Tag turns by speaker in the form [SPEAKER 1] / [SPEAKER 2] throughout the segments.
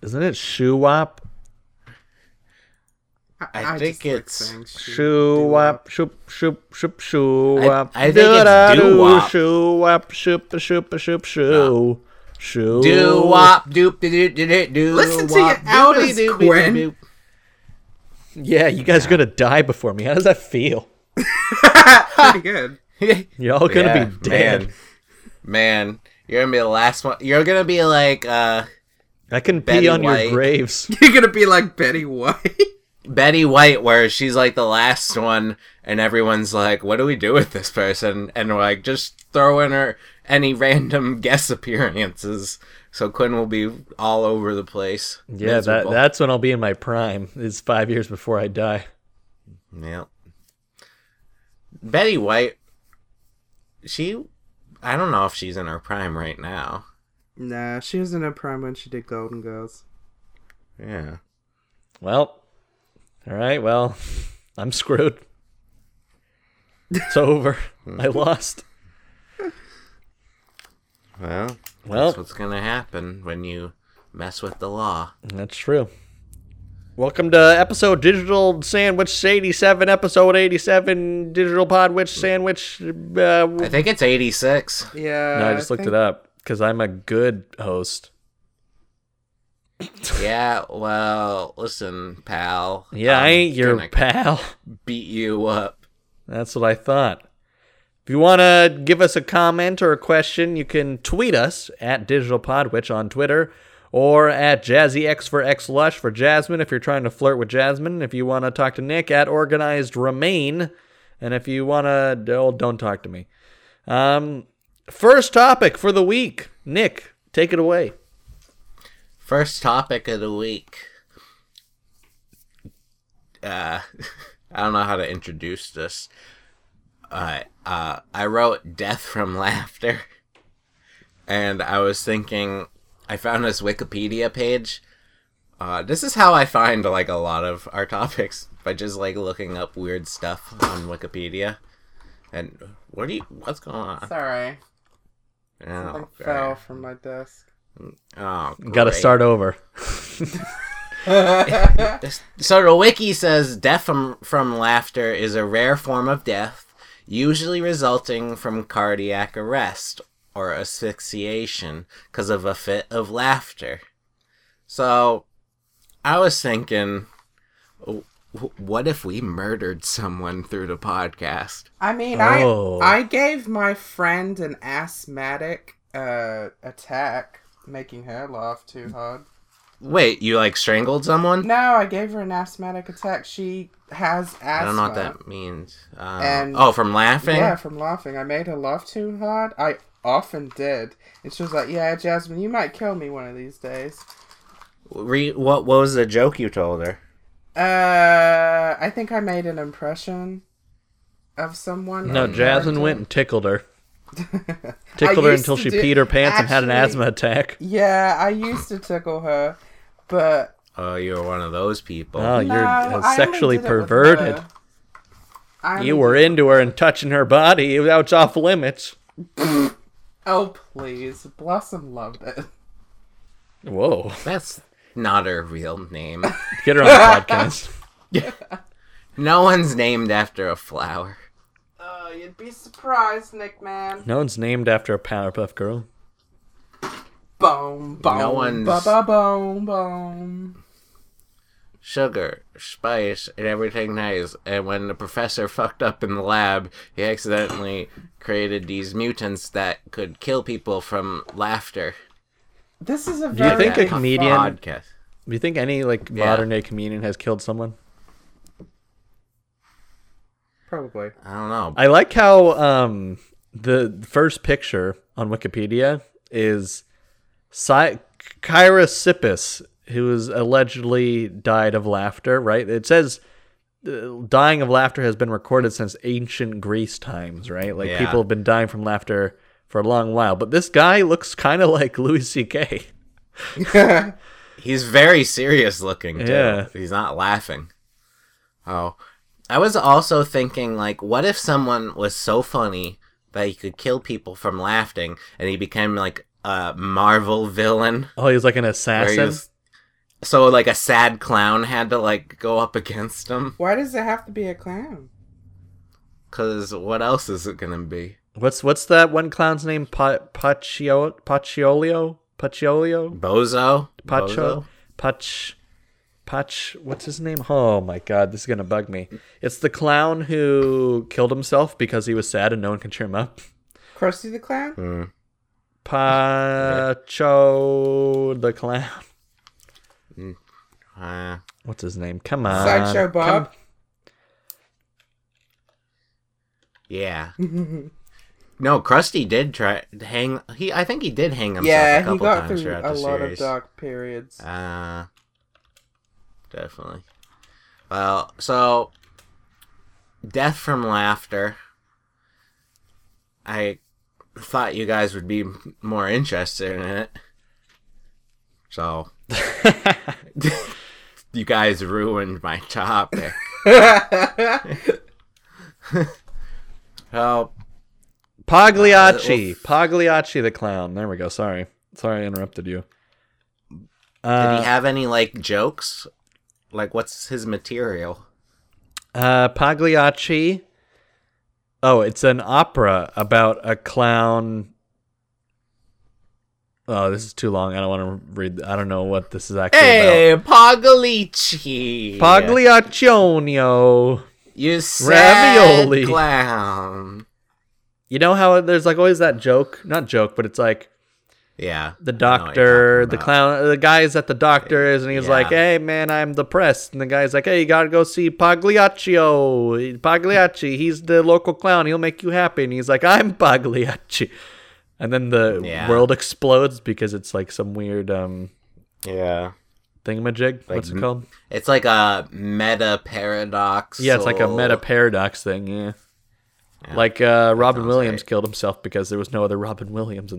[SPEAKER 1] Isn't it Shoo Wop?
[SPEAKER 2] I
[SPEAKER 3] think
[SPEAKER 2] just like
[SPEAKER 3] it's
[SPEAKER 2] saying shoot,
[SPEAKER 1] Shoo
[SPEAKER 2] do
[SPEAKER 1] Wop, Shoop, Shoop, Shoop, Shoo
[SPEAKER 3] I-
[SPEAKER 1] Wop.
[SPEAKER 3] I think it's
[SPEAKER 1] Do-da-doo,
[SPEAKER 3] doo-wop.
[SPEAKER 1] Shoo Wop, Shoop, Shoop, Shoop, Shoo. Shoo.
[SPEAKER 3] Do wop doop do do do do.
[SPEAKER 2] Listen to your Aldous, Quinn.
[SPEAKER 1] Yeah, you guys are going to die before me. How does that feel?
[SPEAKER 2] Pretty good.
[SPEAKER 1] Y'all going to
[SPEAKER 3] Yeah,
[SPEAKER 1] be dead.
[SPEAKER 3] Man. man, you're gonna be the last one. You're gonna be like uh
[SPEAKER 1] I can
[SPEAKER 3] Betty
[SPEAKER 1] pee on
[SPEAKER 3] White.
[SPEAKER 1] your graves.
[SPEAKER 2] You're gonna be like Betty White.
[SPEAKER 3] Betty White, where she's like the last one, and everyone's like, "What do we do with this person?" And we're like, just throw in her any random guest appearances. So Quinn will be all over the place.
[SPEAKER 1] Yeah, that,
[SPEAKER 3] Miserable.
[SPEAKER 1] that's when I'll be in my prime. Is five years before I die.
[SPEAKER 3] Yeah. Betty White, she, I don't know if she's in her prime right now.
[SPEAKER 2] nah, she was in her prime when she did Golden Girls.
[SPEAKER 3] Yeah.
[SPEAKER 1] Well, all right. Well, I'm screwed. It's over.
[SPEAKER 3] Hmm.
[SPEAKER 1] I lost.
[SPEAKER 3] Well,
[SPEAKER 1] Well,
[SPEAKER 3] that's what's gonna happen when you mess with the law.
[SPEAKER 1] that's true. Welcome to episode Digital Sandwich 87, episode 87, Digital Pod Witch Sandwich. Uh, w-
[SPEAKER 3] I think it's eighty six.
[SPEAKER 2] Yeah.
[SPEAKER 1] no, I just looked it up because I'm a good host.
[SPEAKER 3] Yeah, well, listen, pal.
[SPEAKER 1] Yeah, I
[SPEAKER 3] I'm
[SPEAKER 1] ain't your
[SPEAKER 3] gonna
[SPEAKER 1] pal.
[SPEAKER 3] beat you up.
[SPEAKER 1] That's what I thought. If you want to give us a comment or a question, you can tweet us at DigitalPodWitch on Twitter or at JazzyX for XLush for Jasmine if you're trying to flirt with Jasmine. If you want to talk to Nick at Organized Remain. And if you want to, oh, don't talk to me. Um, first topic for the week. Nick, take it away.
[SPEAKER 3] First topic of the week. Uh, I don't know how to introduce this. Uh, uh, I wrote "Death from Laughter," and I was thinking. I found this Wikipedia page. Uh, this is how I find like a lot of our topics by just like looking up weird stuff on Wikipedia. And what do you? What's going on?
[SPEAKER 2] Sorry,
[SPEAKER 3] Oh,
[SPEAKER 2] I
[SPEAKER 3] okay.
[SPEAKER 2] fell from my desk.
[SPEAKER 3] Oh,
[SPEAKER 1] Got to
[SPEAKER 3] great.
[SPEAKER 1] start over.
[SPEAKER 3] So the wiki says death from, from laughter is a rare form of death, usually resulting from cardiac arrest or asphyxiation because of a fit of laughter. So I was thinking, w- w- what if we murdered someone through the podcast?
[SPEAKER 2] I mean,
[SPEAKER 1] Oh.
[SPEAKER 2] I I gave my friend an asthmatic uh, attack, making her laugh too hard.
[SPEAKER 3] Wait, you like strangled someone?
[SPEAKER 2] No, I gave her an asthmatic attack. She has asthma.
[SPEAKER 3] I don't know what that means. Uh,
[SPEAKER 2] And-
[SPEAKER 3] oh, from laughing?
[SPEAKER 2] Yeah, from laughing. I made her laugh too hard. I often did, and she was like, "Yeah, Jasmine, you might kill me one of these days."
[SPEAKER 3] Re- what, what was the joke you told her?
[SPEAKER 2] Uh, I think I made an impression of someone.
[SPEAKER 1] No,
[SPEAKER 2] on
[SPEAKER 1] Jasmine
[SPEAKER 2] Naruto.
[SPEAKER 1] went and tickled her. Tickled
[SPEAKER 2] Oh, I
[SPEAKER 1] her
[SPEAKER 2] used
[SPEAKER 1] until
[SPEAKER 2] to
[SPEAKER 1] she
[SPEAKER 2] do-
[SPEAKER 1] peed her pants and had an
[SPEAKER 2] actually-
[SPEAKER 1] asthma attack.
[SPEAKER 2] Yeah, I used to tickle her, but
[SPEAKER 3] Oh, you were one of those people.
[SPEAKER 1] Oh, you're
[SPEAKER 2] No, I
[SPEAKER 1] uh,
[SPEAKER 2] only
[SPEAKER 1] sexually
[SPEAKER 2] did it with
[SPEAKER 1] perverted.
[SPEAKER 2] her. I only
[SPEAKER 1] You were
[SPEAKER 2] did-
[SPEAKER 1] into her and touching her body. Now it's off limits.
[SPEAKER 2] Oh please, Blossom loved it.
[SPEAKER 1] Whoa.
[SPEAKER 3] That's not her real name.
[SPEAKER 1] Get her on the podcast.
[SPEAKER 3] no one's named after a flower.
[SPEAKER 2] Oh, you'd be surprised, Nick man.
[SPEAKER 1] No one's named after a Powerpuff Girl.
[SPEAKER 2] Boom, boom,
[SPEAKER 3] No one's-
[SPEAKER 2] ba ba boom, boom.
[SPEAKER 3] Sugar, spice, and everything nice. And when the professor fucked up in the lab, he accidentally created these mutants that could kill people from laughter.
[SPEAKER 2] This is a
[SPEAKER 1] you
[SPEAKER 2] very
[SPEAKER 1] think a
[SPEAKER 2] big
[SPEAKER 1] comedian-
[SPEAKER 2] thought.
[SPEAKER 3] Podcast.
[SPEAKER 1] Do you think any like
[SPEAKER 3] Yeah.
[SPEAKER 1] modern day comedian has killed someone?
[SPEAKER 2] Probably.
[SPEAKER 3] I don't know.
[SPEAKER 1] I like how um, the first picture on Wikipedia is Cy- Chirosippus, who is allegedly died of laughter. Right? It says uh, dying of laughter has been recorded since ancient Greece times. Right? Like
[SPEAKER 3] Yeah.
[SPEAKER 1] people have been dying from laughter for a long while. But this guy looks kind of like Louis C.K.
[SPEAKER 3] He's very serious looking too.
[SPEAKER 1] Yeah.
[SPEAKER 3] He's not laughing. Oh. I was also thinking like what if someone was so funny that he could kill people from laughing and he became like a Marvel villain
[SPEAKER 1] Oh, he's like an
[SPEAKER 3] where he
[SPEAKER 1] assassin.
[SPEAKER 3] was So like a sad clown had to like go up against him.
[SPEAKER 2] Why does it have to be a clown?
[SPEAKER 3] Cause what else is it gonna be?
[SPEAKER 1] What's what's that one clown's name? Pa- Paccio Pacciolio Pacciolio
[SPEAKER 3] Bozo.
[SPEAKER 1] Pacho
[SPEAKER 3] Bozo?
[SPEAKER 1] Pach Pach. What's his name? Oh my god, this is gonna bug me. It's the clown who killed himself because he was sad and no one can cheer him up.
[SPEAKER 2] Krusty the Clown?
[SPEAKER 3] Hmm.
[SPEAKER 1] Pacho the clown.
[SPEAKER 3] Uh,
[SPEAKER 1] What's his name? Come on,
[SPEAKER 2] Sideshow Bob?
[SPEAKER 3] yeah. No, Krusty did try hang. He, I think he did hang himself a
[SPEAKER 2] yeah,
[SPEAKER 3] couple
[SPEAKER 2] he got
[SPEAKER 3] times
[SPEAKER 2] through
[SPEAKER 3] throughout
[SPEAKER 2] a
[SPEAKER 3] the
[SPEAKER 2] lot
[SPEAKER 3] series.
[SPEAKER 2] of dark periods.
[SPEAKER 3] Uh, definitely. Well, so death from laughter. I thought you guys would be more interested in it. So you guys ruined my topic. so Uh,
[SPEAKER 1] Pagliacci. Pagliacci the clown. There we go. Sorry. Sorry I interrupted you.
[SPEAKER 3] Did
[SPEAKER 1] Uh,
[SPEAKER 3] he have any like jokes? Like, what's his material?
[SPEAKER 1] uh, Pagliacci. Oh, it's an opera about a clown. Oh, this is too long. I don't want to read. I don't know what this is actually about.
[SPEAKER 3] Hey, Pagliacci.
[SPEAKER 1] Pagliacciono.
[SPEAKER 3] you sad
[SPEAKER 1] Ravioli.
[SPEAKER 3] clown.
[SPEAKER 1] You know how there's like always that joke, not joke, but it's like
[SPEAKER 3] Yeah.
[SPEAKER 1] the
[SPEAKER 3] I know what you're
[SPEAKER 1] doctor,
[SPEAKER 3] talking
[SPEAKER 1] the
[SPEAKER 3] about.
[SPEAKER 1] clown, the guy's at the doctor's, and he's
[SPEAKER 3] Yeah.
[SPEAKER 1] like, "Hey, man, I'm depressed." And the guy's like, "Hey, you gotta go see Pagliaccio. Pagliacci, he's the local clown. He'll make you happy." And he's like, "I'm Pagliacci," and then the
[SPEAKER 3] Yeah.
[SPEAKER 1] world explodes because it's like some weird um
[SPEAKER 3] Yeah.
[SPEAKER 1] thingamajig. What's it
[SPEAKER 3] m-
[SPEAKER 1] called?
[SPEAKER 3] It's like a meta paradox.
[SPEAKER 1] Yeah, it's like a meta paradox thing. Yeah, like uh, Robin
[SPEAKER 3] sounds
[SPEAKER 1] Williams
[SPEAKER 3] right.
[SPEAKER 2] Oh,
[SPEAKER 3] Oh,
[SPEAKER 1] Oh, uh, Uh, Oh,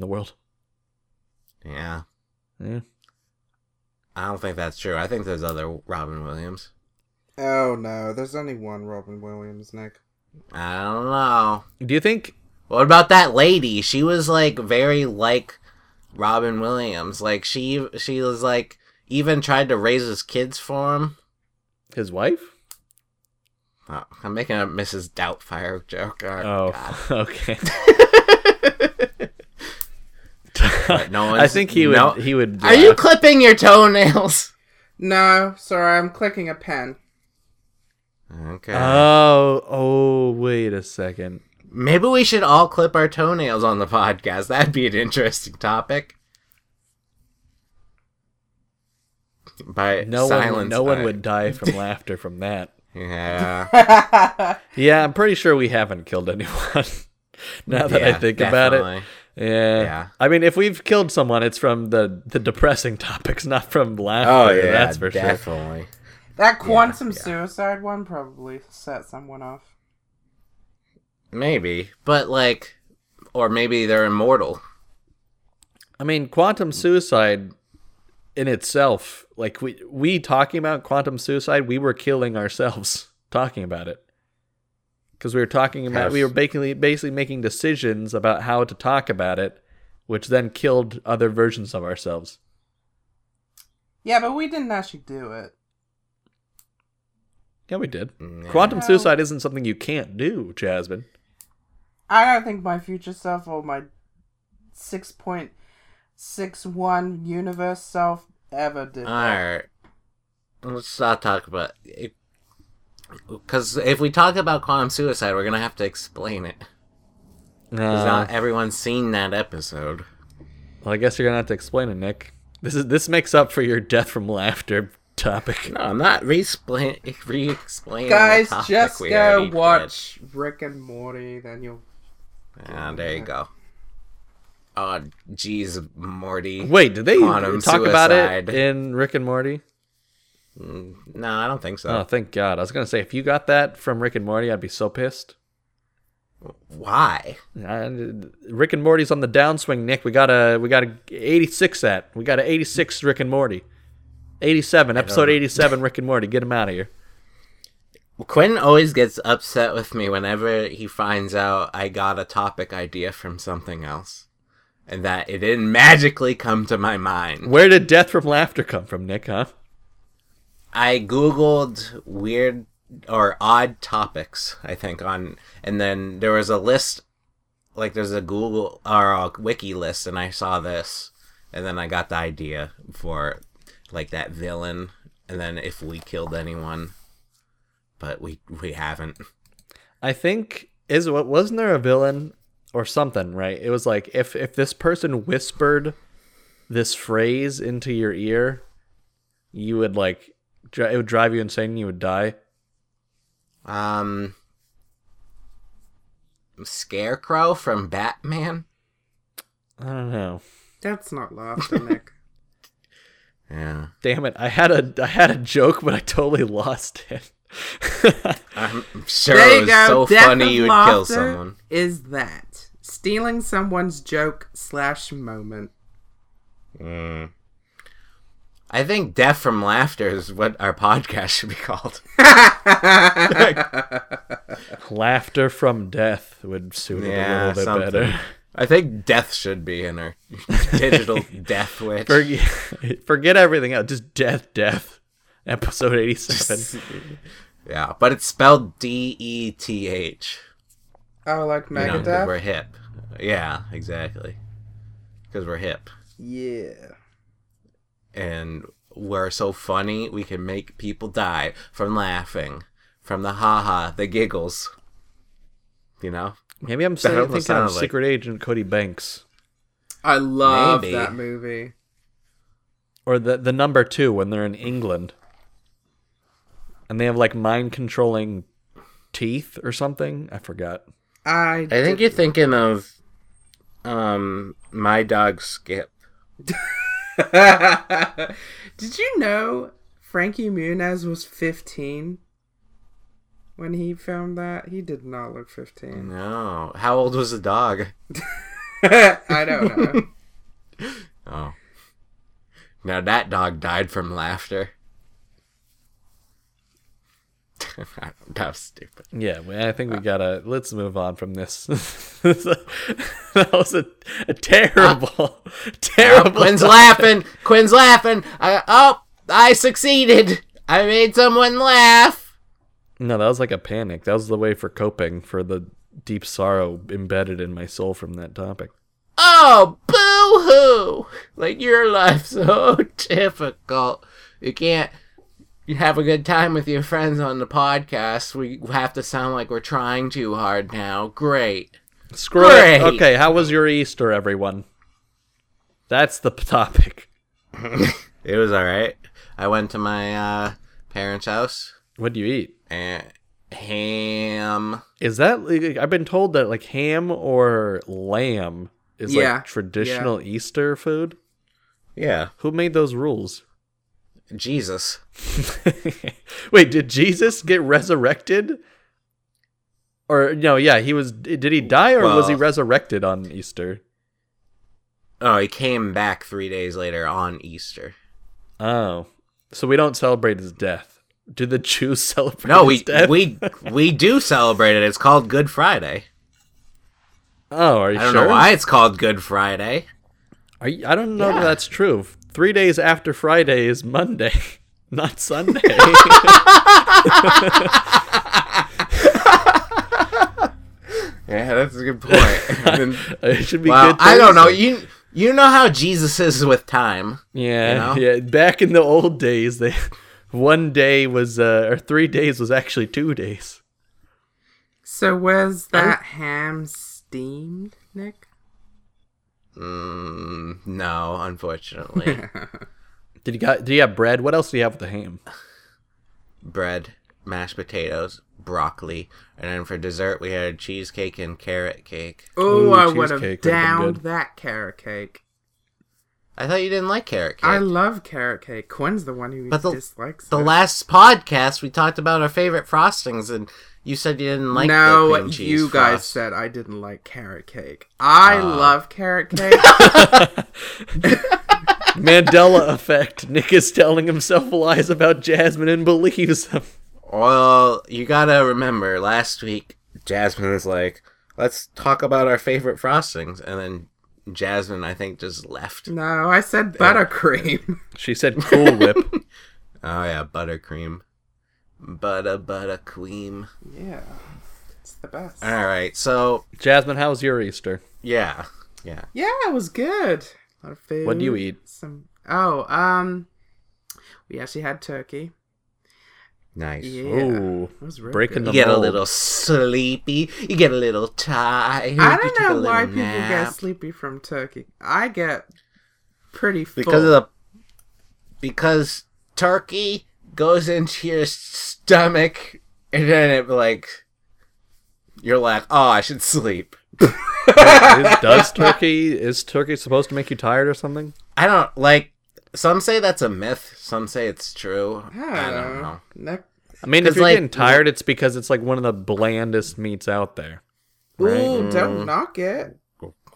[SPEAKER 3] Oh,
[SPEAKER 1] Uh, Oh,
[SPEAKER 3] Oh, I googled weird or odd topics, I think on and then there was a list like there's a Google or a wiki list and I saw this and then I got the idea for like that villain and then if we killed anyone but we we haven't.
[SPEAKER 1] I think is what wasn't there a villain or something, right? It was like if if this person whispered this phrase into your ear, you would like dri- it would drive you insane. You would die.
[SPEAKER 3] Um Scarecrow from Batman?
[SPEAKER 1] I don't know.
[SPEAKER 2] That's not laughter, Nick.
[SPEAKER 3] Yeah.
[SPEAKER 1] Damn it! I had a I had a joke, but I totally lost it.
[SPEAKER 3] I'm sure
[SPEAKER 2] There you
[SPEAKER 3] it was
[SPEAKER 2] go.
[SPEAKER 3] so
[SPEAKER 2] Death of
[SPEAKER 3] funny you would kill
[SPEAKER 2] laughter
[SPEAKER 3] someone.
[SPEAKER 2] Is that stealing someone's joke slash moment?
[SPEAKER 3] Mm. I think death from laughter is what our podcast should be called.
[SPEAKER 1] Laughter from death would suit
[SPEAKER 3] Yeah,
[SPEAKER 1] it a little bit
[SPEAKER 3] something.
[SPEAKER 1] better.
[SPEAKER 3] I think death should be in our digital death witch.
[SPEAKER 1] Forget, forget everything else. Just death, death. Episode eighty-seven.
[SPEAKER 3] yeah, but it's spelled D E T H.
[SPEAKER 2] Oh, like
[SPEAKER 3] You know, 'cause
[SPEAKER 2] Megadeth?
[SPEAKER 3] we're hip. Yeah, exactly. Because we're hip.
[SPEAKER 2] yeah.
[SPEAKER 3] And we're so funny, we can make people die from laughing, from the ha ha, the giggles. You know?
[SPEAKER 1] Maybe I'm starting to
[SPEAKER 3] almost
[SPEAKER 1] thinking of
[SPEAKER 3] sounded like-
[SPEAKER 1] Secret Agent Cody Banks
[SPEAKER 2] I love
[SPEAKER 3] Maybe.
[SPEAKER 2] that movie.
[SPEAKER 1] or the the number two when they're in England, and they have like mind controlling teeth or something. I forgot.
[SPEAKER 2] I,
[SPEAKER 3] I think you're thinking of um my dog Skip.
[SPEAKER 2] did... Did you know Frankie Muniz was 15 when he filmed that? He did not look 15.
[SPEAKER 3] No. How old was the dog?
[SPEAKER 2] I don't know.
[SPEAKER 3] Oh. Now that dog died from laughter. that was stupid.
[SPEAKER 1] Yeah, well, I
[SPEAKER 2] Uh,
[SPEAKER 1] think we gotta let's move on from this. that was a, a terrible,
[SPEAKER 2] Uh,
[SPEAKER 3] Oh,
[SPEAKER 1] terrible.
[SPEAKER 3] Quinn's laughing. Quinn's laughing. I, oh, I succeeded. I made someone laugh.
[SPEAKER 1] No, that was like a panic. That was the way for coping for the deep sorrow embedded in my soul from that topic.
[SPEAKER 3] Oh, boo hoo! Like your life's so difficult. You can't have a good time with your friends on the podcast. We have to sound like we're trying too hard now. Great.
[SPEAKER 1] Screw it.
[SPEAKER 3] Great.
[SPEAKER 1] Okay, how was your Easter, everyone? That's the p- topic.
[SPEAKER 3] It was all right. I went to my uh, parents' house
[SPEAKER 1] What do you eat?
[SPEAKER 3] and ham.
[SPEAKER 1] Is that like, I've been told that like ham or lamb is
[SPEAKER 2] Yeah.
[SPEAKER 1] like traditional Easter food.
[SPEAKER 3] Yeah,
[SPEAKER 1] Who made those rules?
[SPEAKER 3] Jesus.
[SPEAKER 1] Wait, did Jesus get resurrected? Or no, yeah, he was. Did he die or was he
[SPEAKER 3] Well-
[SPEAKER 1] resurrected on Easter?
[SPEAKER 3] Oh, he came back three days later on Easter.
[SPEAKER 1] Oh, so we don't celebrate his death. Do the Jews celebrate?
[SPEAKER 3] No,
[SPEAKER 1] his
[SPEAKER 3] we
[SPEAKER 1] death?
[SPEAKER 3] we we do celebrate it. It's called Good Friday.
[SPEAKER 1] Oh, are you
[SPEAKER 3] I don't
[SPEAKER 1] sure?
[SPEAKER 3] know why it's called Good Friday.
[SPEAKER 1] Are you, I don't know if that's true. Three days after Friday is Monday, not Sunday.
[SPEAKER 3] Yeah, that's a good point.
[SPEAKER 1] it should be
[SPEAKER 3] well,
[SPEAKER 1] good.
[SPEAKER 3] I don't know.
[SPEAKER 1] Thursday.
[SPEAKER 3] You you know how Jesus is with time.
[SPEAKER 1] Yeah,
[SPEAKER 3] you
[SPEAKER 1] yeah. Back in the old days, they one day was uh, or three days was actually two days.
[SPEAKER 2] so, was that ham steamed, Nick?
[SPEAKER 3] Mm, no, unfortunately,
[SPEAKER 1] Did you got? Do you have bread? What else do you have with the ham?
[SPEAKER 3] bread, mashed potatoes, broccoli, and then for dessert we had cheesecake and carrot cake.
[SPEAKER 2] Oh,
[SPEAKER 1] Ooh,
[SPEAKER 2] I would
[SPEAKER 1] cheesecake would've
[SPEAKER 2] have
[SPEAKER 1] been
[SPEAKER 2] downed
[SPEAKER 1] good.
[SPEAKER 2] that carrot cake.
[SPEAKER 3] I thought you didn't like carrot cake.
[SPEAKER 2] I love carrot cake. Quinn's the one who
[SPEAKER 3] But the-
[SPEAKER 2] dislikes
[SPEAKER 3] the
[SPEAKER 2] it.
[SPEAKER 3] last podcast we talked about our favorite frostings, and you said you didn't like the
[SPEAKER 2] no,
[SPEAKER 3] cream cheese
[SPEAKER 2] you guys
[SPEAKER 3] frost.
[SPEAKER 2] said I didn't like carrot cake. I
[SPEAKER 3] Uh,
[SPEAKER 2] love carrot cake.
[SPEAKER 1] Mandela effect. Nick is telling himself lies about Jasmine and believes them.
[SPEAKER 3] Well, you gotta remember, last week Jasmine was like, "Let's talk about our favorite frostings," and then Jasmine, I think, just left. Oh,
[SPEAKER 2] no, I said buttercream.
[SPEAKER 1] She said Cool Whip.
[SPEAKER 3] Oh yeah, buttercream. Butter butter cream.
[SPEAKER 2] Yeah. It's the best.
[SPEAKER 3] All right. So,
[SPEAKER 1] Jasmine, how was your Easter?
[SPEAKER 3] yeah. Yeah.
[SPEAKER 2] Yeah, it was good. A lot of food.
[SPEAKER 1] What do you eat?
[SPEAKER 2] Some oh, um we actually had turkey.
[SPEAKER 3] Nice.
[SPEAKER 2] Yeah.
[SPEAKER 1] Ooh.
[SPEAKER 2] It was really
[SPEAKER 1] Breaking
[SPEAKER 3] You
[SPEAKER 2] good.
[SPEAKER 1] the
[SPEAKER 3] get a
[SPEAKER 1] mold.
[SPEAKER 3] little sleepy. You get a little tired.
[SPEAKER 2] I
[SPEAKER 3] you
[SPEAKER 2] don't
[SPEAKER 3] take a
[SPEAKER 2] know why
[SPEAKER 3] little
[SPEAKER 2] people get
[SPEAKER 3] nap.
[SPEAKER 2] sleepy from turkey. I get pretty full.
[SPEAKER 3] because of the because turkey goes into your stomach and then it like you're like oh I should sleep.
[SPEAKER 1] Is- does turkey is turkey supposed to make you tired or something?
[SPEAKER 3] I don't like. Some say that's a myth. Some say it's true. I don't know.
[SPEAKER 2] Neck-
[SPEAKER 1] I mean, if
[SPEAKER 3] 'Cause,
[SPEAKER 1] you're
[SPEAKER 3] like,
[SPEAKER 1] getting tired, it's because it's like one of the blandest meats out there.
[SPEAKER 2] Ooh, don't knock it.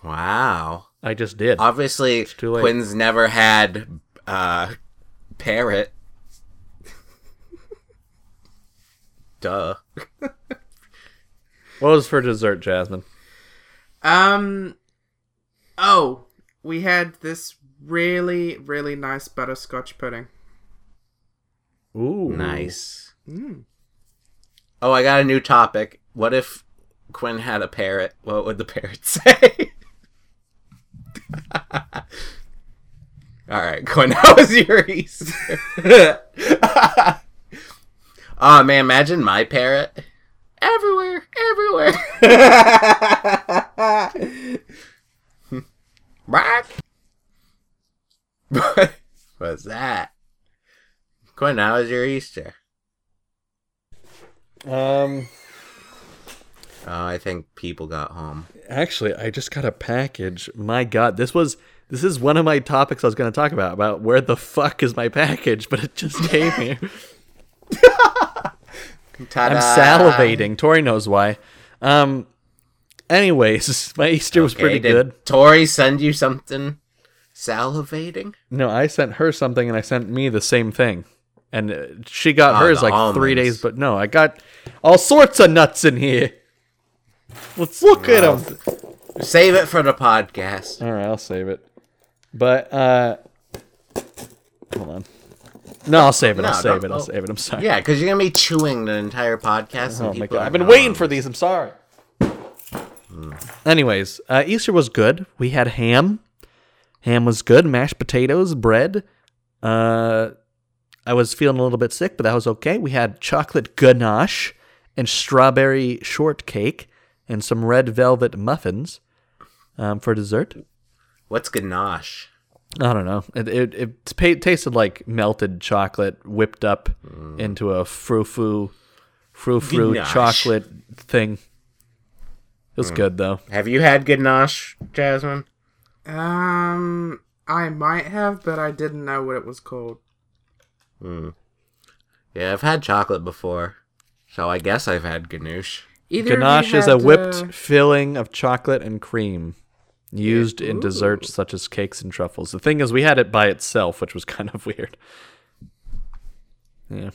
[SPEAKER 3] Wow.
[SPEAKER 1] I just did.
[SPEAKER 3] Obviously,
[SPEAKER 1] too late.
[SPEAKER 3] Quinn's never had uh, parrot. Duh.
[SPEAKER 1] What was for dessert, Jasmine?
[SPEAKER 2] Um. Oh, we had this really, really nice butterscotch pudding.
[SPEAKER 1] Ooh,
[SPEAKER 3] Nice.
[SPEAKER 2] Mm.
[SPEAKER 3] Oh, I got a new topic. What if Quinn had a parrot? What would the parrot say? All right, Quinn, how was your Easter? oh man, imagine my parrot everywhere, everywhere. Rock. what was that? Quinn, how was your Easter?
[SPEAKER 1] Um,
[SPEAKER 3] Oh, I think people got home.
[SPEAKER 1] actually, I just got a package. My God, this was this is one of my topics I was going to talk about about where the fuck is my package, but it just came here.
[SPEAKER 3] Ta-da.
[SPEAKER 1] I'm salivating. Tori knows why. Um, anyways, my Easter was
[SPEAKER 3] Okay,
[SPEAKER 1] pretty
[SPEAKER 3] did
[SPEAKER 1] good.
[SPEAKER 3] Tori send you something salivating?
[SPEAKER 1] No, I sent her something, and I sent me the same thing, and uh, she got
[SPEAKER 3] Oh,
[SPEAKER 1] hers
[SPEAKER 3] the
[SPEAKER 1] like three
[SPEAKER 3] almonds.
[SPEAKER 1] days. But no, I got all sorts of nuts in here. Let's look at 'em. at them.
[SPEAKER 3] Save it for the podcast.
[SPEAKER 1] All right, I'll save it. But uh, hold on. No, I'll save it.
[SPEAKER 3] No,
[SPEAKER 1] I'll save it.
[SPEAKER 3] don't-
[SPEAKER 1] I'll
[SPEAKER 3] don't-
[SPEAKER 1] save it. I'm sorry.
[SPEAKER 3] Yeah, because you're gonna be chewing the entire podcast. and
[SPEAKER 1] Oh my
[SPEAKER 3] people
[SPEAKER 1] god,
[SPEAKER 3] are
[SPEAKER 1] I've been
[SPEAKER 3] gonna
[SPEAKER 1] waiting
[SPEAKER 3] want
[SPEAKER 1] for these. I'm sorry. Anyways, uh, Easter was good. We had ham. Ham was good. Mashed potatoes, bread. Uh, I was feeling a little bit sick, but that was okay. We had chocolate ganache and strawberry shortcake and some red velvet muffins um, for dessert.
[SPEAKER 3] What's ganache?
[SPEAKER 1] I don't know. It it, it ta- tasted like melted chocolate whipped up into a frou frou frou frou
[SPEAKER 3] Ganache.
[SPEAKER 1] chocolate thing. It was good though.
[SPEAKER 3] Have you had ganache, Jasmine?
[SPEAKER 2] Um, I might have, but I didn't know what it was called.
[SPEAKER 3] Yeah, I've had chocolate before, so I guess I've had ganoush.
[SPEAKER 2] Either of you
[SPEAKER 1] Ganache is
[SPEAKER 2] had,
[SPEAKER 1] a whipped
[SPEAKER 2] uh,
[SPEAKER 1] filling of chocolate and cream used in desserts such as cakes and truffles. The thing is we had it by itself, which was kind of weird. Yeah.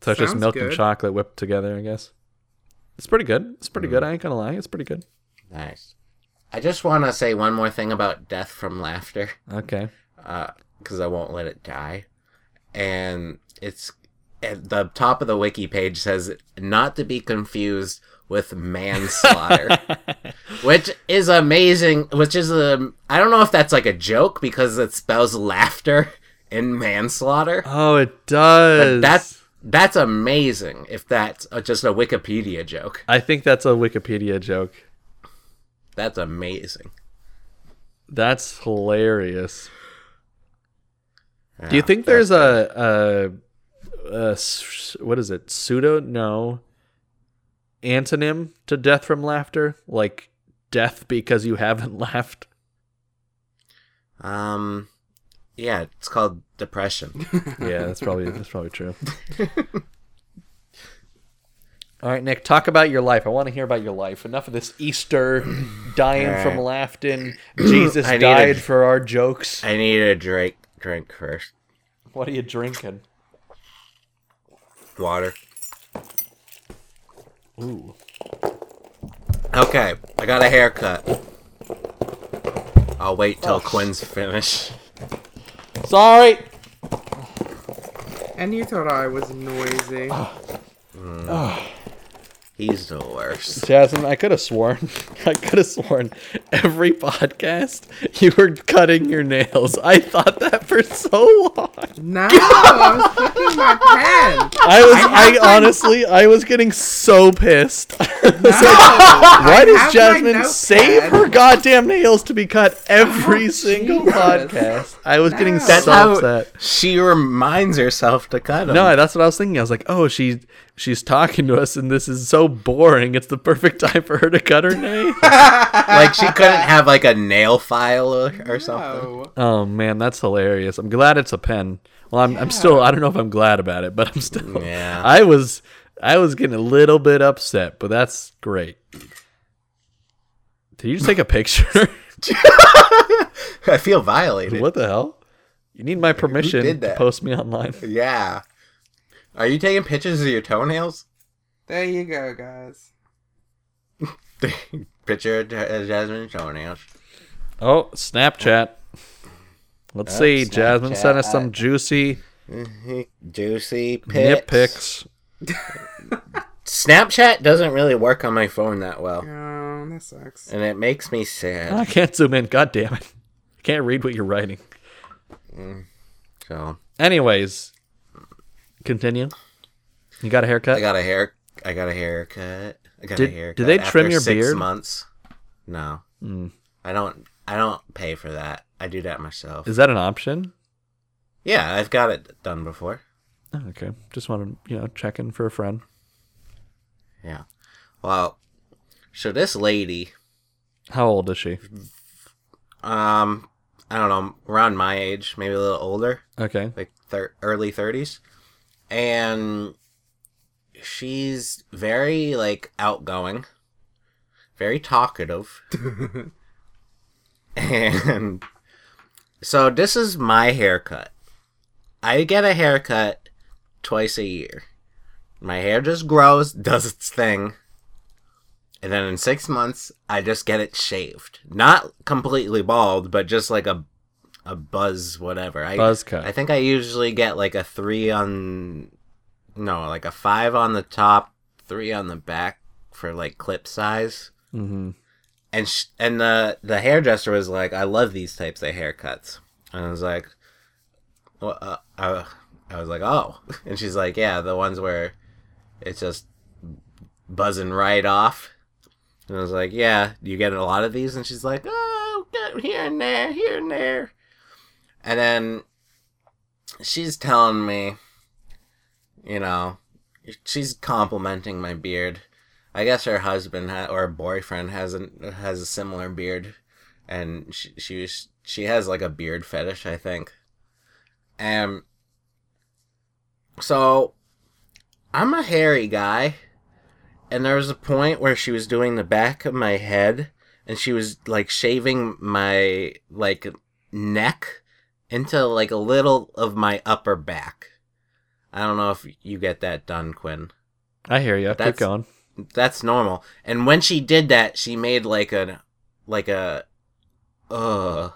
[SPEAKER 1] So it's just
[SPEAKER 2] Sounds
[SPEAKER 1] milk and
[SPEAKER 2] good.
[SPEAKER 1] chocolate whipped together, I guess. It's pretty good. It's pretty good. I ain't gonna lie. It's pretty good.
[SPEAKER 3] Nice. I just want to say one more thing about death from laughter.
[SPEAKER 1] Okay.
[SPEAKER 3] because I won't let it die. And it's at the top of the wiki page says not to be confused with manslaughter, which is amazing. Which is a I don't know if that's like a joke because it spells laughter in manslaughter.
[SPEAKER 1] Oh, it does.
[SPEAKER 3] That's that's amazing. If that's uh, just a Wikipedia joke,
[SPEAKER 1] I think that's a Wikipedia joke.
[SPEAKER 3] that's amazing.
[SPEAKER 1] That's hilarious.
[SPEAKER 3] Oh,
[SPEAKER 1] Do you think there's a, a a s- what is it? Pseudo no antonym to death from laughter, like death because you haven't laughed.
[SPEAKER 3] Um, yeah, it's called depression.
[SPEAKER 1] Yeah, that's probably that's probably true. All right, Nick, talk about your life. I want to hear about your life. Enough of this Easter dying
[SPEAKER 3] All
[SPEAKER 1] from
[SPEAKER 3] right.
[SPEAKER 1] laughing. Jesus
[SPEAKER 3] I need a-
[SPEAKER 1] died for our jokes.
[SPEAKER 3] I need a drink drink first.
[SPEAKER 1] What are you drinking?
[SPEAKER 3] Water.
[SPEAKER 1] Ooh.
[SPEAKER 3] Okay, I got a haircut. I'll wait till Quinn's finished.
[SPEAKER 1] Sorry.
[SPEAKER 2] And you thought I was noisy.
[SPEAKER 1] Ah.
[SPEAKER 3] He's the worst.
[SPEAKER 1] Jasmine, I could have sworn, I could have sworn every podcast you were cutting your nails. I thought that for so long.
[SPEAKER 2] No, I was picking my pen.
[SPEAKER 1] I was, I honestly, I was getting so pissed. I was like, Why does
[SPEAKER 2] have my
[SPEAKER 1] Jasmine
[SPEAKER 2] notepad.
[SPEAKER 1] save her goddamn nails to be cut every single
[SPEAKER 2] Oh, Jesus.
[SPEAKER 1] podcast? I was getting
[SPEAKER 2] No.
[SPEAKER 1] so
[SPEAKER 2] That's
[SPEAKER 3] how
[SPEAKER 1] upset.
[SPEAKER 3] she reminds herself to cut him.
[SPEAKER 1] No, that's what I was thinking. I was like, oh, she she's talking to us, and this is so boring. It's the perfect time for her to cut her nail.
[SPEAKER 3] like she couldn't have like a nail file or, or something.
[SPEAKER 2] No.
[SPEAKER 1] oh man, that's hilarious. I'm glad it's a pen. Well, I'm I'm still. I don't know if I'm glad about it, but I'm still.
[SPEAKER 3] Yeah.
[SPEAKER 1] I was I was getting a little bit upset, but that's great. Did you just take a picture?
[SPEAKER 3] I feel violated.
[SPEAKER 1] what the hell? You need my permission
[SPEAKER 3] did
[SPEAKER 1] to
[SPEAKER 3] that?
[SPEAKER 1] post me online.
[SPEAKER 3] Yeah. Are you taking pictures of your toenails?
[SPEAKER 2] There you go, guys.
[SPEAKER 3] Picture of Ja- Jasmine's toenails.
[SPEAKER 1] Oh, Snapchat.
[SPEAKER 3] Oh,
[SPEAKER 1] Let's see. Jasmine sent us some juicy
[SPEAKER 3] Juicy
[SPEAKER 1] nip
[SPEAKER 3] pics.
[SPEAKER 1] pics.
[SPEAKER 3] Snapchat doesn't really work on my phone that well,
[SPEAKER 2] Oh, that sucks.
[SPEAKER 3] and it makes me
[SPEAKER 1] I
[SPEAKER 3] sad.
[SPEAKER 1] can't zoom in. God damn it. I can't read what you're writing.
[SPEAKER 3] So
[SPEAKER 1] Anyways, continue. You got a haircut?
[SPEAKER 3] I got a hair. I got a haircut. I got
[SPEAKER 1] Did-
[SPEAKER 3] a
[SPEAKER 1] did
[SPEAKER 3] haircut.
[SPEAKER 1] they
[SPEAKER 3] after
[SPEAKER 1] trim your
[SPEAKER 3] six
[SPEAKER 1] beard? Mm.
[SPEAKER 3] Months. No. I don't. I don't pay for that. I do that myself.
[SPEAKER 1] Is that an option?
[SPEAKER 3] Yeah, I've got it done before.
[SPEAKER 1] Oh, okay. Just want to, you know, check in for a friend.
[SPEAKER 3] Yeah. Well, so this lady,
[SPEAKER 1] How old is she?
[SPEAKER 3] um, I don't know, around my age, maybe a little older.
[SPEAKER 1] Okay.
[SPEAKER 3] like thir- early 30s and she's very like outgoing very talkative and so this is my haircut i get a haircut twice a year my hair just grows does its thing and then in six months i just get it shaved not completely bald but just like a a buzz whatever I,
[SPEAKER 1] Buzz cut.
[SPEAKER 3] I think I usually get like a three on, no, like a five on the top, three on the back for like clip size.
[SPEAKER 1] Mm-hmm.
[SPEAKER 3] And sh- and the the hairdresser was like, I love these types of haircuts. And I was like, well, uh, uh, I was like, oh. And she's like, yeah, the ones where it's just buzzing right off. And I was like, yeah, you get a lot of these? And she's like, oh, got here and there, here and there. And then she's telling me, you know, she's complimenting my beard. I guess her husband ha- or boyfriend has a, has a similar beard, and she, she was- she has like a beard fetish, I think. Um. So, I'm a hairy guy, and there was a point where she was doing the back of my head, and she was like shaving my like neck into like a little of my upper back. I don't know if you get that done, Quinn
[SPEAKER 1] I hear you. Keep
[SPEAKER 3] That's-
[SPEAKER 1] going.
[SPEAKER 3] that's normal. And when she did that, she made like an like a uh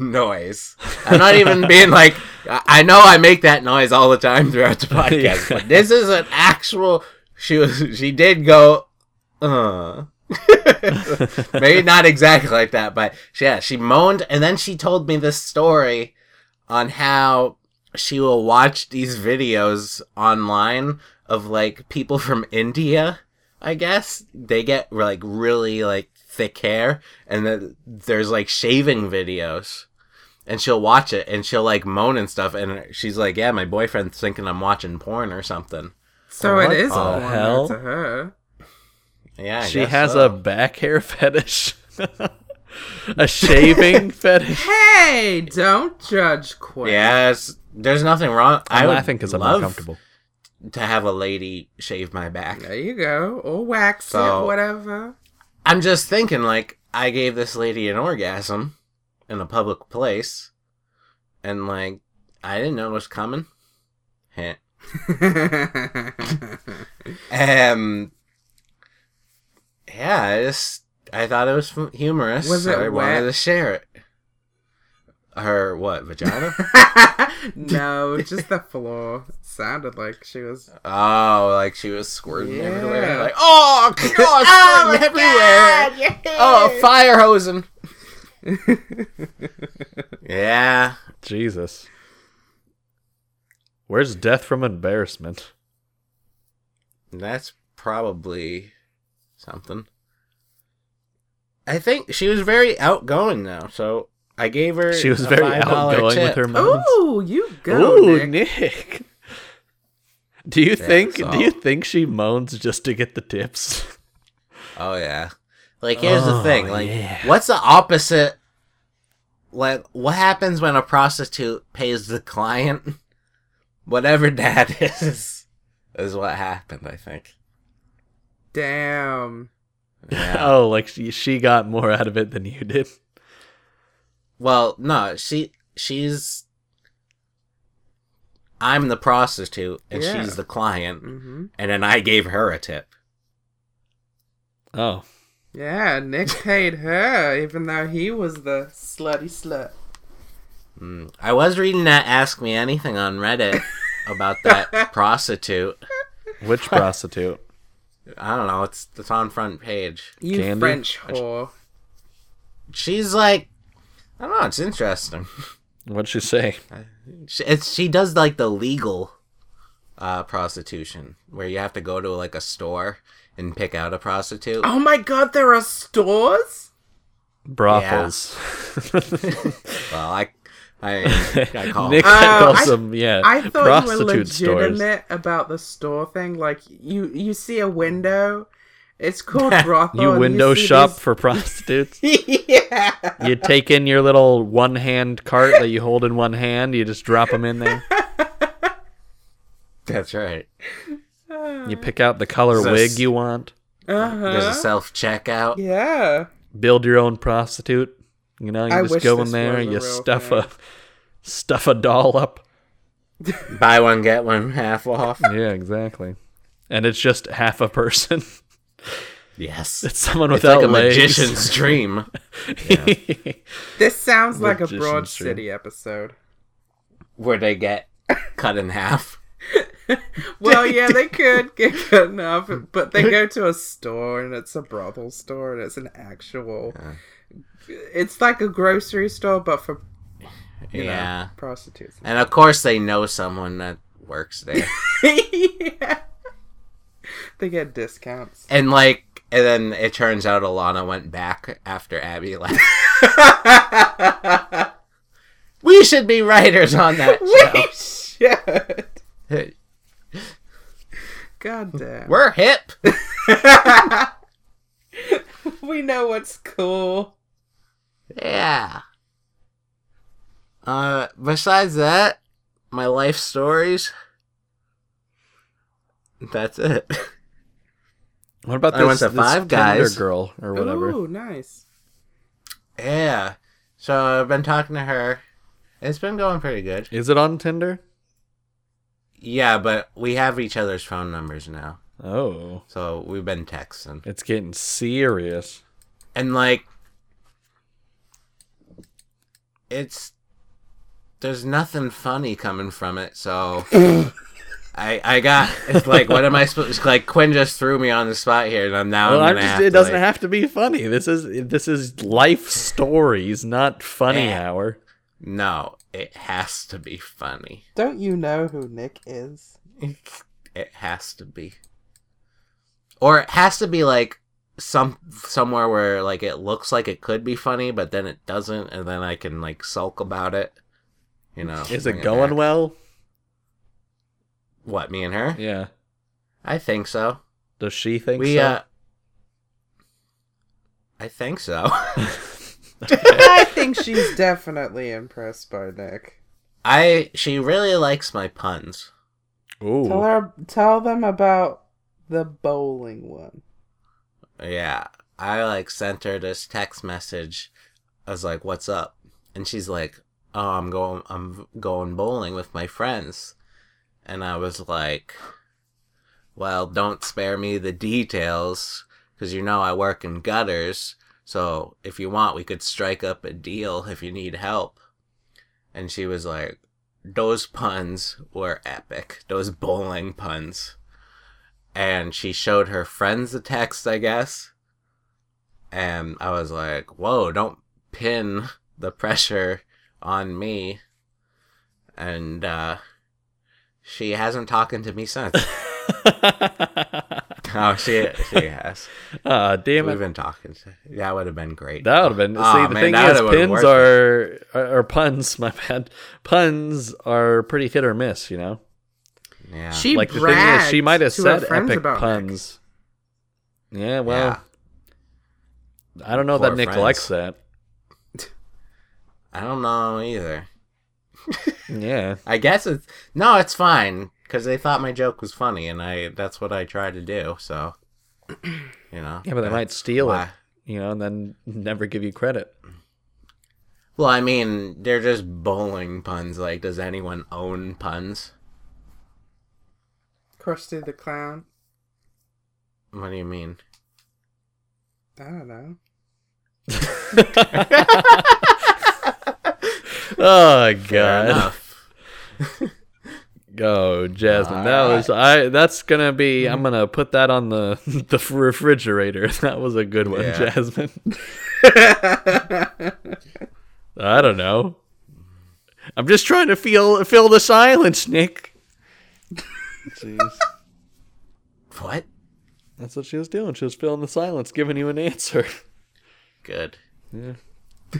[SPEAKER 3] noise. I'm not even being like I I know I make that noise all the time throughout the podcast,
[SPEAKER 1] Yeah.
[SPEAKER 3] but this is an actual she was she did go uh maybe not exactly like that, but yeah, she moaned and then she told me this story on how she will watch these videos online of like people from India, I guess. They get like really like thick hair and then there's like shaving videos. And she'll watch it and she'll like moan and stuff and she's like, "Yeah, my boyfriend's thinking I'm watching porn or something."
[SPEAKER 2] So
[SPEAKER 1] What
[SPEAKER 2] it is a
[SPEAKER 1] the
[SPEAKER 2] wonder
[SPEAKER 1] hell?
[SPEAKER 2] to her.
[SPEAKER 3] Yeah, I
[SPEAKER 1] she
[SPEAKER 3] guess
[SPEAKER 1] has
[SPEAKER 3] so.
[SPEAKER 1] a back hair fetish, a shaving fetish.
[SPEAKER 2] Hey, don't judge Quinn.
[SPEAKER 3] Yes, there's nothing wrong. I
[SPEAKER 1] I'm
[SPEAKER 3] would
[SPEAKER 1] laughing because I'm
[SPEAKER 3] love
[SPEAKER 1] uncomfortable.
[SPEAKER 3] to have a lady shave my back.
[SPEAKER 2] There you go. Or wax
[SPEAKER 3] So-
[SPEAKER 2] it, whatever.
[SPEAKER 3] I'm just thinking, like, I gave this lady an orgasm in a public place, and, like, I didn't know it was coming. Heh. um, yeah, I just, I thought it was fu- humorous.
[SPEAKER 2] Was
[SPEAKER 3] so
[SPEAKER 2] it
[SPEAKER 3] I wanted
[SPEAKER 2] wet?
[SPEAKER 3] to share it. Her what? Vagina?
[SPEAKER 2] no, just the floor. Sounded like she was.
[SPEAKER 3] oh, like she was squirting
[SPEAKER 2] Yeah.
[SPEAKER 3] everywhere. Like oh, gosh, squirting everywhere. Oh, fire hosing. yeah.
[SPEAKER 1] Jesus. Where's death from embarrassment?
[SPEAKER 3] That's probably something. I think she was very outgoing though, so I gave her.
[SPEAKER 1] She was
[SPEAKER 3] a
[SPEAKER 1] very
[SPEAKER 3] $5
[SPEAKER 1] outgoing
[SPEAKER 3] tip.
[SPEAKER 1] with her mom.
[SPEAKER 2] Ooh, you go,
[SPEAKER 1] Ooh,
[SPEAKER 2] Nick.
[SPEAKER 1] Nick. Do you think
[SPEAKER 3] so-
[SPEAKER 1] do you think she moans just to get the tips?
[SPEAKER 3] Oh yeah. Like here's the
[SPEAKER 1] Oh,
[SPEAKER 3] thing. Like
[SPEAKER 1] yeah.
[SPEAKER 3] what's the opposite? Like what happens when a prostitute pays the client? Whatever that is, is what happened. I think.
[SPEAKER 2] Damn.
[SPEAKER 3] Yeah.
[SPEAKER 1] Oh, like she, she got more out of it than you did.
[SPEAKER 3] Well, no, she she's. I'm the prostitute and
[SPEAKER 2] Yeah.
[SPEAKER 3] she's the client,
[SPEAKER 2] hmm
[SPEAKER 3] and then I gave her a tip.
[SPEAKER 1] Oh.
[SPEAKER 2] Yeah, Nick paid her, even though he was the slutty slut.
[SPEAKER 3] Mm. I was reading that Ask Me Anything on Reddit about that prostitute.
[SPEAKER 1] Which prostitute?
[SPEAKER 3] I don't know. It's it's on front page.
[SPEAKER 2] You
[SPEAKER 1] Candy?
[SPEAKER 2] French whore.
[SPEAKER 3] she's like i don't know it's interesting
[SPEAKER 1] What'd she say?
[SPEAKER 3] she, it's, she does like the legal uh, prostitution where you have to go to like a store and pick out a prostitute
[SPEAKER 2] Oh my god, there are stores?
[SPEAKER 1] Brothels.
[SPEAKER 3] well i i, I call
[SPEAKER 1] Nick
[SPEAKER 3] it
[SPEAKER 2] Uh,
[SPEAKER 1] calls
[SPEAKER 2] I-
[SPEAKER 1] them, yeah,
[SPEAKER 2] I thought you were
[SPEAKER 1] prostitute stores.
[SPEAKER 2] legitimate about the store thing. Like you, you see a window. It's called brothel.
[SPEAKER 1] You
[SPEAKER 2] and
[SPEAKER 1] window
[SPEAKER 2] Oh, see
[SPEAKER 1] shop for prostitutes.
[SPEAKER 2] these- yeah.
[SPEAKER 1] you take in your little one hand cart that you hold in one hand, you just drop them in there.
[SPEAKER 3] that's right
[SPEAKER 1] You pick out the color
[SPEAKER 3] So
[SPEAKER 1] wig
[SPEAKER 3] s-
[SPEAKER 1] you want,
[SPEAKER 2] Uh
[SPEAKER 3] there's a
[SPEAKER 2] huh.
[SPEAKER 3] self-checkout
[SPEAKER 2] Yeah.
[SPEAKER 1] build your own prostitute. You know, you
[SPEAKER 2] I
[SPEAKER 1] just
[SPEAKER 2] wish
[SPEAKER 1] go
[SPEAKER 2] this
[SPEAKER 1] in there,
[SPEAKER 2] was a
[SPEAKER 1] you
[SPEAKER 2] real
[SPEAKER 1] stuff
[SPEAKER 2] thing.
[SPEAKER 1] a stuff a doll up.
[SPEAKER 3] buy one get one half off
[SPEAKER 1] Yeah, exactly. And it's just half a person.
[SPEAKER 3] yes
[SPEAKER 1] It's someone
[SPEAKER 3] it's
[SPEAKER 1] without
[SPEAKER 3] like a
[SPEAKER 1] legs.
[SPEAKER 3] magician's dream
[SPEAKER 2] This sounds like a
[SPEAKER 1] Magician's
[SPEAKER 2] Broad
[SPEAKER 1] Dream.
[SPEAKER 2] City episode.
[SPEAKER 3] where they get cut in half
[SPEAKER 2] Well, yeah, they could get cut in half, but they go to a store and it's a brothel store and it's an actual. It's like a grocery store, but for you know,
[SPEAKER 3] yeah
[SPEAKER 2] prostitutes.
[SPEAKER 3] and of course they know someone that works there
[SPEAKER 2] yeah. They get discounts.
[SPEAKER 3] And like, and then it turns out Alana went back after Abby left. we should be writers on that
[SPEAKER 2] We
[SPEAKER 3] show.
[SPEAKER 2] should. God damn.
[SPEAKER 3] We're hip.
[SPEAKER 2] We know what's cool.
[SPEAKER 3] Yeah. Uh, besides that, my life stories. That's it.
[SPEAKER 1] What about
[SPEAKER 3] I
[SPEAKER 1] this,
[SPEAKER 3] went to
[SPEAKER 1] this
[SPEAKER 3] Five
[SPEAKER 1] Tinder
[SPEAKER 3] Guys.
[SPEAKER 1] girl or whatever?
[SPEAKER 2] Ooh, nice.
[SPEAKER 3] Yeah. So I've been talking to her. It's been going pretty good.
[SPEAKER 1] Is it on Tinder?
[SPEAKER 3] Yeah, but we have each other's phone numbers now.
[SPEAKER 1] Oh,
[SPEAKER 3] So we've been texting.
[SPEAKER 1] it's getting serious.
[SPEAKER 3] and like it's there's nothing funny coming from it so i i got it's like what am i supposed it's like quinn just threw me on the spot here and i'm now
[SPEAKER 1] Well,
[SPEAKER 3] I'm
[SPEAKER 1] I'm
[SPEAKER 3] gonna
[SPEAKER 1] just,
[SPEAKER 3] have
[SPEAKER 1] it
[SPEAKER 3] to,
[SPEAKER 1] doesn't
[SPEAKER 3] like-
[SPEAKER 1] have to be funny. This is this is life stories, not funny
[SPEAKER 3] Yeah.
[SPEAKER 1] hour.
[SPEAKER 3] no it has to be funny
[SPEAKER 2] Don't you know who Nick is?
[SPEAKER 3] it has to be or it has to be like some somewhere where like it looks like it could be funny but then it doesn't and then i can like sulk about it you know
[SPEAKER 1] Is
[SPEAKER 3] bring
[SPEAKER 1] it going
[SPEAKER 3] back.
[SPEAKER 1] well?
[SPEAKER 3] what me and her
[SPEAKER 1] Yeah.
[SPEAKER 3] I think so.
[SPEAKER 1] Does she think
[SPEAKER 3] we
[SPEAKER 1] so?
[SPEAKER 3] uh I think so. uh,
[SPEAKER 2] I think she's definitely impressed by Nick.
[SPEAKER 3] I she really likes my puns.
[SPEAKER 2] Tell
[SPEAKER 1] Ooh.
[SPEAKER 2] her, tell them about the bowling one.
[SPEAKER 3] Yeah. I like sent her this text message. I was like, "What's up?" And she's like, "Oh, I'm going I'm going bowling with my friends." And I was like, "Well, don't spare me the details cuz you know I work in gutters. So, if you want, we could strike up a deal if you need help." and she was like, "Those puns were epic. Those bowling puns." And she showed her friends the text, I guess. And I was like, "Whoa! Don't pin the pressure on me." And uh, she hasn't talked to me since. oh, she she has.
[SPEAKER 1] Ah, damn
[SPEAKER 3] We've
[SPEAKER 1] it.
[SPEAKER 3] been talking. To, that would have been great.
[SPEAKER 1] That would have been. See,
[SPEAKER 3] Aw,
[SPEAKER 1] the
[SPEAKER 3] man,
[SPEAKER 1] thing
[SPEAKER 3] that
[SPEAKER 1] is,
[SPEAKER 3] would've been
[SPEAKER 1] pins are, are or puns. My bad. Puns are pretty hit or miss. You know,
[SPEAKER 3] yeah.
[SPEAKER 2] She
[SPEAKER 1] like the thing
[SPEAKER 2] bragged
[SPEAKER 1] is, she might have
[SPEAKER 2] to her
[SPEAKER 1] said
[SPEAKER 2] friends
[SPEAKER 1] epic
[SPEAKER 2] about Nick.
[SPEAKER 1] puns. Yeah, well, I don't know
[SPEAKER 3] Poor
[SPEAKER 1] that Nick
[SPEAKER 3] friends.
[SPEAKER 1] likes that.
[SPEAKER 3] I don't know either.
[SPEAKER 1] Yeah,
[SPEAKER 3] I guess it's no, it's fine because they thought my joke was funny, and I that's what I try to do. So, you know.
[SPEAKER 1] yeah, but they
[SPEAKER 3] that-
[SPEAKER 1] might steal it.
[SPEAKER 3] why-
[SPEAKER 1] You know, and then never give you credit.
[SPEAKER 3] Well, I mean, they're just bowling puns. Like, does anyone own puns?
[SPEAKER 2] Krusty the Clown.
[SPEAKER 3] What do you mean?
[SPEAKER 2] I don't know.
[SPEAKER 1] Oh
[SPEAKER 3] Fair
[SPEAKER 1] God.
[SPEAKER 3] enough.
[SPEAKER 1] Oh, Jasmine, that was I. That's gonna be.
[SPEAKER 3] Mm-hmm.
[SPEAKER 1] I'm gonna put that on the the refrigerator. That was a good one,
[SPEAKER 3] Yeah.
[SPEAKER 1] Jasmine. I don't know. I'm just trying to feel fill the silence, Nick. Jeez.
[SPEAKER 3] What?
[SPEAKER 1] That's what she was doing. She was filling the silence, giving you an answer.
[SPEAKER 3] Good.
[SPEAKER 1] Yeah.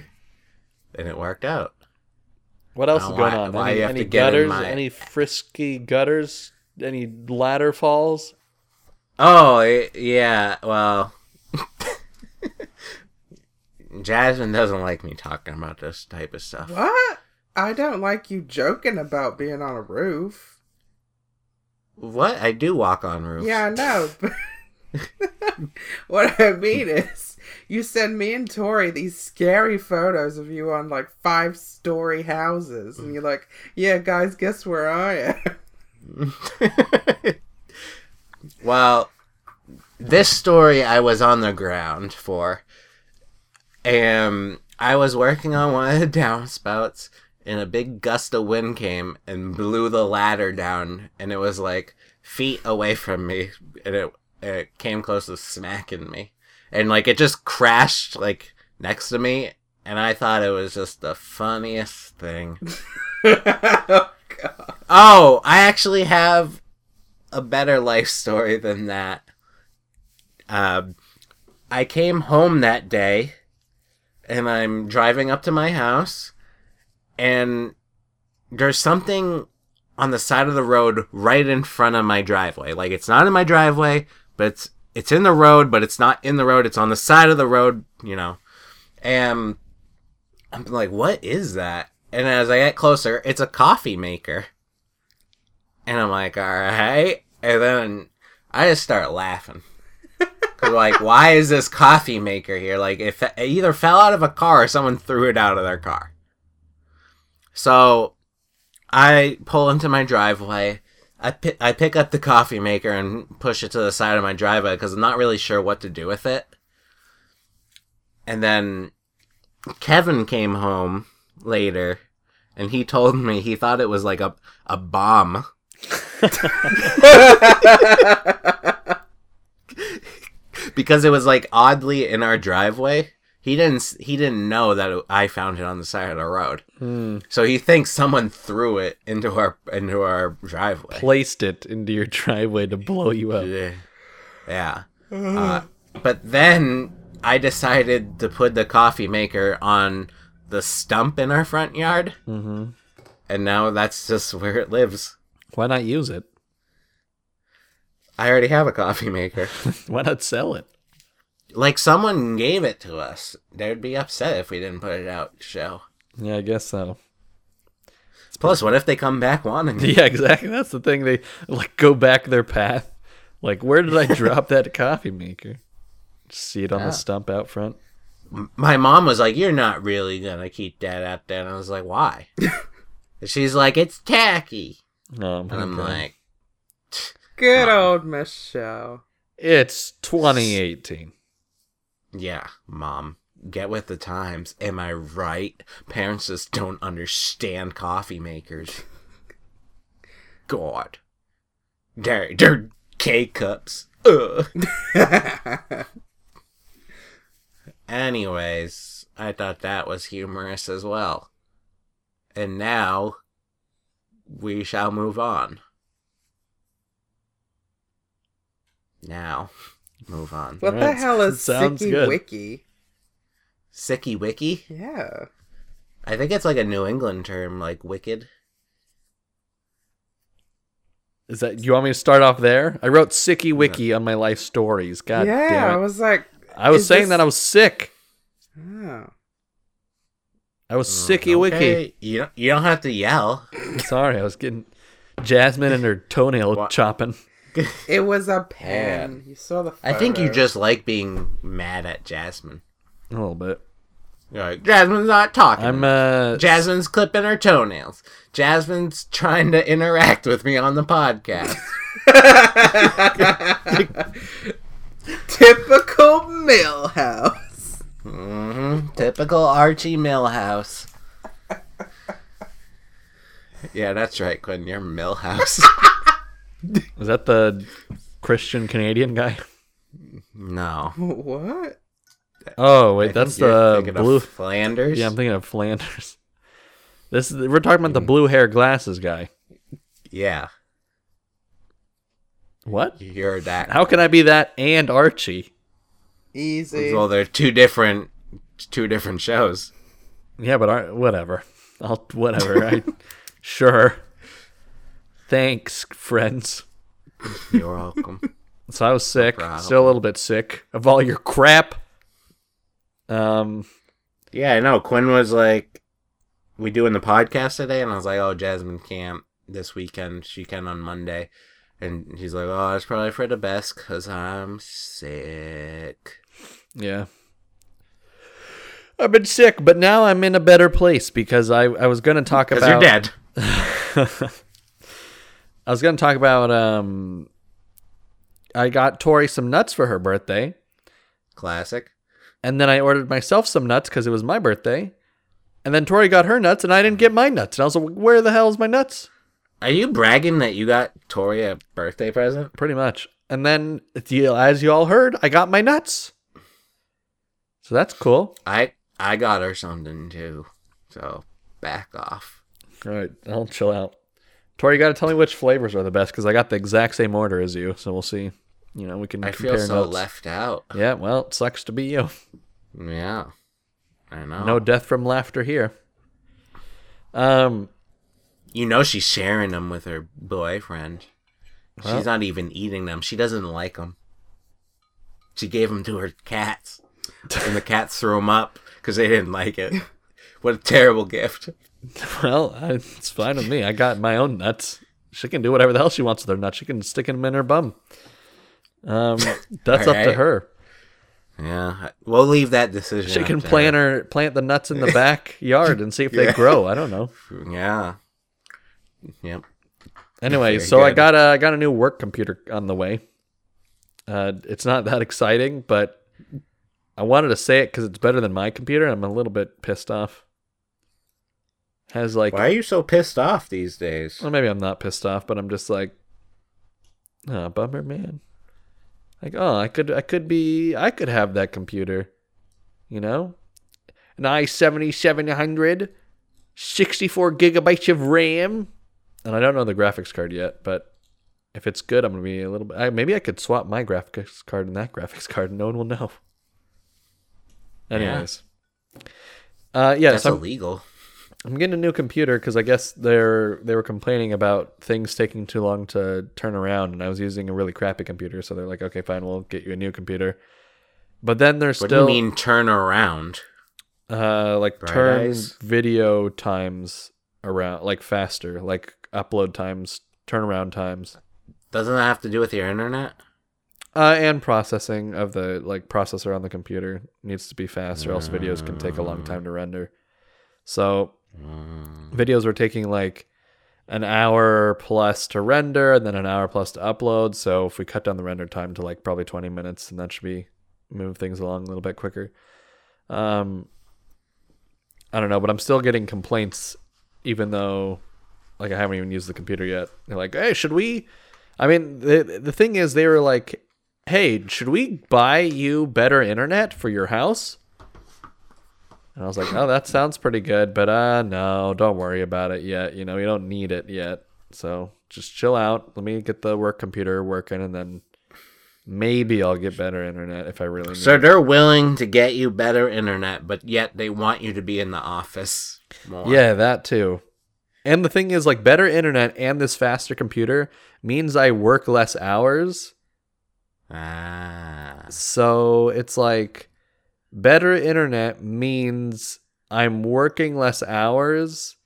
[SPEAKER 3] And it worked out.
[SPEAKER 1] What else
[SPEAKER 3] Now
[SPEAKER 1] is going
[SPEAKER 3] why-
[SPEAKER 1] on?
[SPEAKER 3] why
[SPEAKER 1] any
[SPEAKER 3] you have to
[SPEAKER 1] any
[SPEAKER 3] get
[SPEAKER 1] gutters?
[SPEAKER 3] in my-
[SPEAKER 1] Any frisky gutters? Any ladder falls?
[SPEAKER 3] Oh y- yeah, well, Jasmine doesn't like me talking about this type of stuff.
[SPEAKER 2] What? I don't like you joking about being on a roof.
[SPEAKER 3] What? I do walk on roofs.
[SPEAKER 2] Yeah, I know. but- what I mean is, you send me and Tori these scary photos of you on like five story houses,
[SPEAKER 1] Mm.
[SPEAKER 2] and you're like, yeah, guys, guess where I am?
[SPEAKER 3] well, this story I was on the ground for, and I was working on one of the downspouts, and a big gust of wind came and blew the ladder down, and it was like feet away from me, and it it came close to smacking me, and like it just crashed like next to me, and I thought it was just the funniest thing.
[SPEAKER 2] oh, God.
[SPEAKER 3] Oh, I actually have a better life story than that. Um, I came home that day, and I'm driving up to my house, and there's something on the side of the road right in front of my driveway. Like it's not in my driveway, but it's it's in the road, but it's not in the road. It's on the side of the road, you know. And I'm like, what is that? And as I get closer, it's a coffee maker. And I'm like, all right. And then I just start laughing. Cause like, why is this coffee maker here? Like, if it either fell out of a car or someone threw it out of their car. So, I pull into my driveway. I pi- I pick up the coffee maker and push it to the side of my driveway because I'm not really sure what to do with it. And then Kevin came home later, and he told me he thought it was like a a bomb. because it was like oddly in our driveway. He didn't s- he didn't know that it- I found it on the side of the road. So he thinks someone threw it into our into our driveway.
[SPEAKER 1] Placed it into your driveway to blow you up.
[SPEAKER 3] Yeah. Yeah. Uh, but then I decided to put the coffee maker on the stump in our front yard,
[SPEAKER 1] hmm
[SPEAKER 3] and now that's just where it lives.
[SPEAKER 1] Why not use it?
[SPEAKER 3] I already have a coffee maker.
[SPEAKER 1] Why not sell it?
[SPEAKER 3] like someone gave it to us. They'd be upset if we didn't put it out. Show.
[SPEAKER 1] Yeah, I guess so.
[SPEAKER 3] Plus, what if they come back wanting it?
[SPEAKER 1] Yeah, exactly. That's the thing. They like go back their path. Like, where did I drop that coffee maker? See it on
[SPEAKER 3] Yeah.
[SPEAKER 1] the stump out front.
[SPEAKER 3] My mom was like, "You're not really gonna keep that out there," and I was like, "Why?" And She's like, "It's tacky,"
[SPEAKER 1] Oh, my
[SPEAKER 3] and I'm
[SPEAKER 1] God.
[SPEAKER 3] like,
[SPEAKER 2] Good old Michelle.
[SPEAKER 1] it's 2018.
[SPEAKER 3] "Yeah, mom." Get with the times. Am I right? Parents just don't understand coffee makers. God. They're, they're K cups. Ugh. Anyways, I thought that was humorous as well. And now we shall move on. Now, move on.
[SPEAKER 2] What the
[SPEAKER 1] Alright,
[SPEAKER 2] hell is
[SPEAKER 1] sounds
[SPEAKER 2] Sicky
[SPEAKER 1] good.
[SPEAKER 2] Wiki?
[SPEAKER 3] Sicky Wiki?
[SPEAKER 2] Yeah.
[SPEAKER 3] I think it's like a New England term, like wicked.
[SPEAKER 1] Is that you want me to start off there? I wrote sicky wiki on my life stories. God
[SPEAKER 2] yeah, I
[SPEAKER 1] damn it.
[SPEAKER 2] was like,
[SPEAKER 1] I was
[SPEAKER 2] is
[SPEAKER 1] saying
[SPEAKER 2] this-
[SPEAKER 1] that I was sick.
[SPEAKER 2] oh.
[SPEAKER 1] I was
[SPEAKER 3] Mm,
[SPEAKER 1] sicky
[SPEAKER 3] Okay, You don't, you don't have to yell.
[SPEAKER 1] wiki. Sorry, I was getting Jasmine and her toenail
[SPEAKER 3] What?
[SPEAKER 1] chopping.
[SPEAKER 2] It was a pen. You saw the
[SPEAKER 3] I think you
[SPEAKER 2] photo.
[SPEAKER 3] just like being mad at Jasmine.
[SPEAKER 1] A little bit.
[SPEAKER 3] You're like, Jasmine's not talking.
[SPEAKER 1] I'm uh
[SPEAKER 3] Jasmine's clipping her toenails. Jasmine's trying to interact with me on the podcast.
[SPEAKER 2] Typical Millhouse.
[SPEAKER 3] hmm Typical Archie Millhouse. Yeah, that's right, Quinn. You're Millhouse.
[SPEAKER 1] is that the Christian Canadian guy?
[SPEAKER 3] no.
[SPEAKER 2] What?
[SPEAKER 1] Oh wait,
[SPEAKER 3] I
[SPEAKER 1] that's
[SPEAKER 3] think you're
[SPEAKER 1] the
[SPEAKER 3] thinking of
[SPEAKER 1] blue
[SPEAKER 3] Flanders.
[SPEAKER 1] Yeah, I'm thinking of Flanders. This is, we're talking about
[SPEAKER 3] Mm-hmm.
[SPEAKER 1] the blue hair glasses guy.
[SPEAKER 3] yeah,
[SPEAKER 1] What?
[SPEAKER 3] you're that.
[SPEAKER 1] How can I be that and Archie?
[SPEAKER 2] Easy.
[SPEAKER 3] Well, they're two different, two different shows.
[SPEAKER 1] Yeah, but Ar- whatever. I'll whatever. I sure. Thanks, friends.
[SPEAKER 3] You're welcome.
[SPEAKER 1] So I was sick,
[SPEAKER 3] problem.
[SPEAKER 1] still a little bit sick of all your crap. Um,
[SPEAKER 3] Yeah, I know. Quinn was like, "We doing the podcast today?" And I was like, "Oh, Jasmine can't this weekend. She can on Monday." And he's like, "Oh, it's probably for the best because I'm sick."
[SPEAKER 1] yeah. I've been sick, but now I'm in a better place because I, I was going to talk
[SPEAKER 3] Because
[SPEAKER 1] about
[SPEAKER 3] you're dead.
[SPEAKER 1] I was going to talk about um I got Tori some nuts for her birthday,
[SPEAKER 3] Classic.
[SPEAKER 1] and then I ordered myself some nuts cuz it was my birthday. And then Tori got her nuts and I didn't get my nuts. And I was like, "Where the hell is my nuts?"
[SPEAKER 3] Are you bragging that you got Tori a birthday present?
[SPEAKER 1] Pretty much. And then the- as you all heard, I got my nuts. So that's cool.
[SPEAKER 3] I I got her something too. So back off.
[SPEAKER 1] All right, I'll chill out. Tori, you got to tell me which flavors are the best cuz I got the exact same order as you. So we'll see. You know, we can
[SPEAKER 3] I
[SPEAKER 1] compare
[SPEAKER 3] feel so
[SPEAKER 1] notes.
[SPEAKER 3] left out.
[SPEAKER 1] Yeah, well, it sucks to be you.
[SPEAKER 3] Yeah. I know.
[SPEAKER 1] No death from laughter here. Um,
[SPEAKER 3] You know she's sharing them with her boyfriend.
[SPEAKER 1] Well.
[SPEAKER 3] She's not even eating them. She doesn't like them. She gave them to her cats, and the cats threw them up because they didn't like it. What a terrible gift!
[SPEAKER 1] well, I, it's fine with me. I got my own nuts. She can do whatever the hell she wants with her nuts. She can stick them in her bum. Um, that's up to
[SPEAKER 3] Alright.
[SPEAKER 1] her.
[SPEAKER 3] Yeah, we'll leave that decision.
[SPEAKER 1] She
[SPEAKER 3] up
[SPEAKER 1] can
[SPEAKER 3] to
[SPEAKER 1] plant her plant the nuts in the backyard and see if they
[SPEAKER 3] Yeah.
[SPEAKER 1] grow. I don't know.
[SPEAKER 3] her. Yeah. Yep.
[SPEAKER 1] Anyway,
[SPEAKER 3] Very
[SPEAKER 1] so I
[SPEAKER 3] good.
[SPEAKER 1] got a I got a new work computer on the way. Uh, it's not that exciting, but I wanted to say it because it's better than my computer. and I'm a little bit pissed off. Has like
[SPEAKER 3] Why are you so pissed off these days?
[SPEAKER 1] Well, maybe I'm not pissed off, but I'm just like, oh, bummer, man. Like, oh, I could, I could be, I could have that computer, you know, an i seventy seven hundred, sixty four gigabytes of RAM, and I don't know the graphics card yet, but if it's good, I'm gonna be a little bit. I, maybe I could swap my graphics card and that graphics card, and no one will know. Anyways, uh, yeah,
[SPEAKER 3] That's
[SPEAKER 1] so I'm-
[SPEAKER 3] illegal.
[SPEAKER 1] I'm getting a new computer because I guess they're they were complaining about things taking too long to turn around, and I was using a really crappy computer. So they're like, "Okay, fine, we'll get you a new computer." But then there's
[SPEAKER 3] What
[SPEAKER 1] still
[SPEAKER 3] do you mean turn around?
[SPEAKER 1] uh, like
[SPEAKER 3] Bright
[SPEAKER 1] turn
[SPEAKER 3] eyes?
[SPEAKER 1] video times around, like faster, like upload times, turnaround times,
[SPEAKER 3] Doesn't that have to do with your internet?
[SPEAKER 1] uh, and processing of the like processor on the computer needs to be fast, or else videos can take a long time to render. So
[SPEAKER 3] Mm.
[SPEAKER 1] videos were taking like an hour plus to render and then an hour plus to upload. So if we cut down the render time to like probably 20 minutes, and that should be move things along a little bit quicker. Um, I don't know, but I'm still getting complaints, even though, like, I haven't even used the computer yet. They're like, "Hey, should we?" I mean, the the thing is, they were like, "Hey, should we buy you better internet for your house?" And I was like, "Oh, that sounds pretty good, but uh, no, don't worry about it yet. You know, you don't need it yet. So just chill out. Let me get the work computer working, and then." Maybe I'll get better internet if I really need
[SPEAKER 3] So
[SPEAKER 1] it.
[SPEAKER 3] they're willing to get you better internet, but yet they want you to be in the office more.
[SPEAKER 1] Yeah, that too. And the thing is, like, better internet and this faster computer means I work less hours.
[SPEAKER 3] Ah.
[SPEAKER 1] So it's like, better internet means I'm working less hours,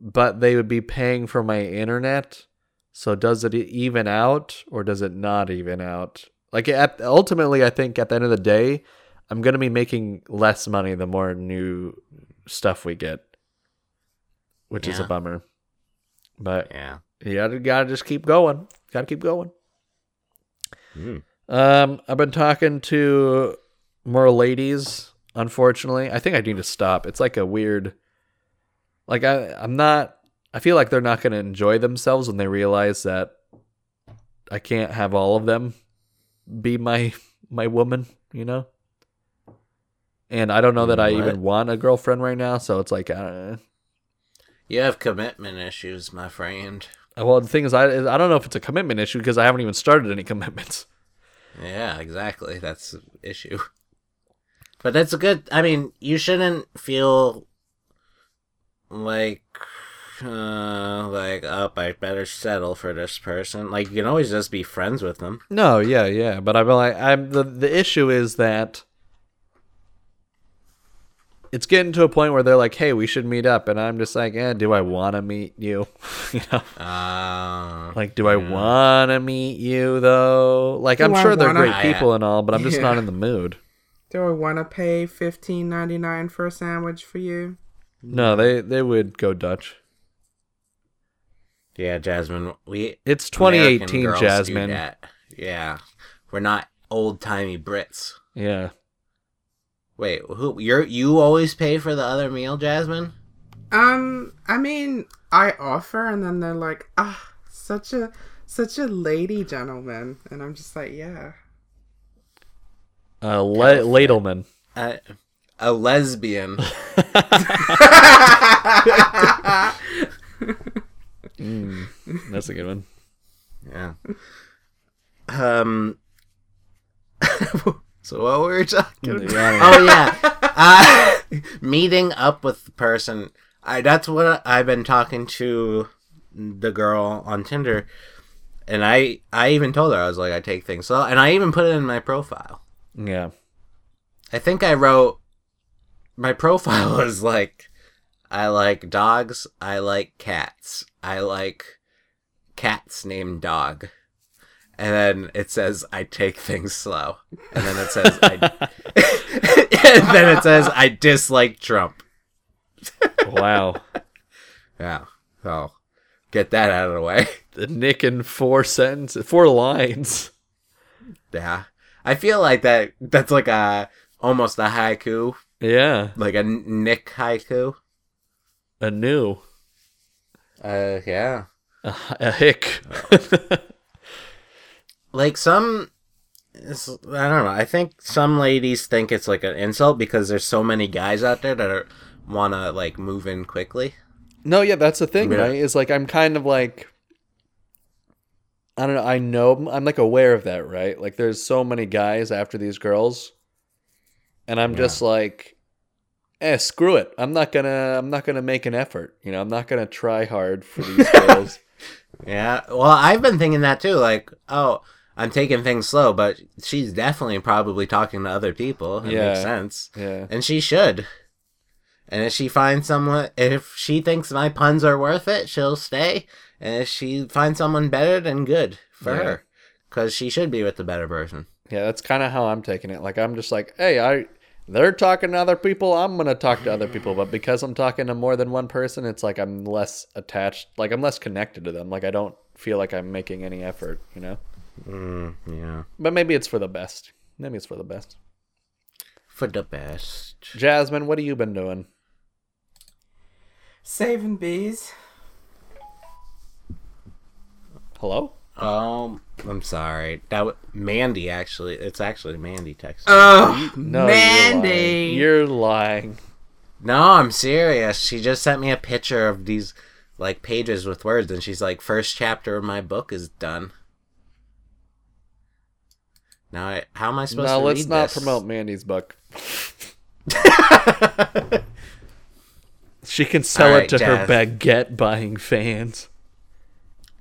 [SPEAKER 1] but they would be paying for my internet. So does it e-, even out or does it not even out? Like, at, ultimately, I think at the end of the day, I'm going to be making less money the more new stuff we get, which is a
[SPEAKER 3] Yeah.
[SPEAKER 1] bummer. But
[SPEAKER 3] Yeah.
[SPEAKER 1] you gotta, gotta just keep going. Gotta keep going.
[SPEAKER 3] Hmm.
[SPEAKER 1] Um, I've been talking to more ladies. Unfortunately, I think I need to stop. It's like a weird, like I, I'm not. I feel like they're not gonna enjoy themselves when they realize that I can't have all of them be my my woman. You know. And I don't know that I
[SPEAKER 3] What?
[SPEAKER 1] even want a girlfriend right now, so it's like, uh,
[SPEAKER 3] You have commitment issues, my friend.
[SPEAKER 1] well, the thing is, I I don't know if it's a commitment issue because I haven't even started any commitments.
[SPEAKER 3] Yeah, exactly. That's the issue. But that's a good. I mean, you shouldn't feel like uh, like up. I better settle for this person. Like you can always just be friends with them.
[SPEAKER 1] No, yeah, yeah, but I'm like, I'm the the issue is that it's getting to a point where they're like, "Hey, we should meet up," and I'm just like, "Eh, do I want to meet you? you know,
[SPEAKER 3] Uh,
[SPEAKER 1] like, do I want to meet you though? Like,
[SPEAKER 2] Do
[SPEAKER 1] I'm
[SPEAKER 2] I
[SPEAKER 1] sure they're
[SPEAKER 2] wanna-
[SPEAKER 1] great
[SPEAKER 3] I-
[SPEAKER 1] people and all, but I'm just not
[SPEAKER 2] Yeah.
[SPEAKER 1] in the mood.
[SPEAKER 2] Do I want to pay fifteen ninety nine for a sandwich for you?
[SPEAKER 1] No, they they would go Dutch.
[SPEAKER 3] yeah, Jasmine. We
[SPEAKER 1] It's
[SPEAKER 3] American
[SPEAKER 1] 2018,
[SPEAKER 3] girls do
[SPEAKER 1] Jasmine.
[SPEAKER 3] that. Yeah, we're not old timey Brits.
[SPEAKER 1] Yeah,
[SPEAKER 3] Wait, who? You're you always pay for the other meal, Jasmine?
[SPEAKER 2] Um, I mean, I offer, and then they're like, "Ah, such a such a lady gentleman," and I'm just like, "Yeah."
[SPEAKER 1] uh, Le- Ladleman.
[SPEAKER 3] Uh, a lesbian.
[SPEAKER 1] Mm, that's a good one.
[SPEAKER 3] Yeah. Um. so what were we talking about?
[SPEAKER 1] Yeah,
[SPEAKER 3] Oh yeah, uh, meeting up with the person. I that's what I've been talking to the girl on Tinder, and I I even told her I was like I take things slow, and I even put it in my profile.
[SPEAKER 1] yeah.
[SPEAKER 3] I think I wrote my profile was like I like dogs, I like cats, I like cats named dog. And then it says I take things slow. And then it says I and then it says I dislike Trump.
[SPEAKER 1] wow.
[SPEAKER 3] Yeah. So get that out of the way.
[SPEAKER 1] Nick in four sentences, four lines.
[SPEAKER 3] Yeah. I feel like that that's like a almost a haiku,
[SPEAKER 1] Yeah,
[SPEAKER 3] like a Nick haiku.
[SPEAKER 1] a new,
[SPEAKER 3] Uh yeah.
[SPEAKER 1] a, a hick.
[SPEAKER 3] like some it's, i don't know i think some ladies think it's like an insult because there's so many guys out there that are want to like move in quickly
[SPEAKER 1] no, yeah, that's the thing,
[SPEAKER 3] Yeah.
[SPEAKER 1] right? Is like I'm kind of like, I don't know. I know I'm like aware of that, right? Like there's so many guys after these girls, and I'm just like, eh, screw it. I'm not gonna. I'm not gonna make an effort. You know, I'm not gonna try hard for these girls.
[SPEAKER 3] yeah well i've been thinking that too like oh i'm taking things slow but she's definitely probably talking to other people it
[SPEAKER 1] Yeah.
[SPEAKER 3] makes sense
[SPEAKER 1] Yeah.
[SPEAKER 3] and she should and if she finds someone if she thinks my puns are worth it she'll stay and if she finds someone better then good
[SPEAKER 1] Yeah.
[SPEAKER 3] for her. 'Cause her because she should be with the better person
[SPEAKER 1] Yeah, that's kind of how I'm taking it. Like I'm just like, hey, I they're talking to other people, I'm going to talk to other people, but because I'm talking to more than one person, it's like I'm less attached, like I'm less connected to them. Like I don't feel like I'm making any effort, you know?
[SPEAKER 3] mm, yeah
[SPEAKER 1] But maybe it's for the best. Maybe it's for the best.
[SPEAKER 3] for the best.
[SPEAKER 1] Jasmine, what have you been doing?
[SPEAKER 2] Saving bees.
[SPEAKER 1] Hello?
[SPEAKER 3] Um, I'm sorry. That w- Mandy actually. It's actually Mandy texting.
[SPEAKER 2] Oh,
[SPEAKER 1] No,
[SPEAKER 2] Mandy.
[SPEAKER 1] You're lying. You're lying.
[SPEAKER 3] no, I'm serious. She just sent me a picture of these like pages with words, and she's like, first chapter of my book is done." Now, I, how am I supposed
[SPEAKER 1] No,
[SPEAKER 3] to
[SPEAKER 1] let's
[SPEAKER 3] read
[SPEAKER 1] not
[SPEAKER 3] this?
[SPEAKER 1] promote Mandy's book. she can sell
[SPEAKER 3] Alright,
[SPEAKER 1] it to her
[SPEAKER 3] Jazz.
[SPEAKER 1] baguette buying fans.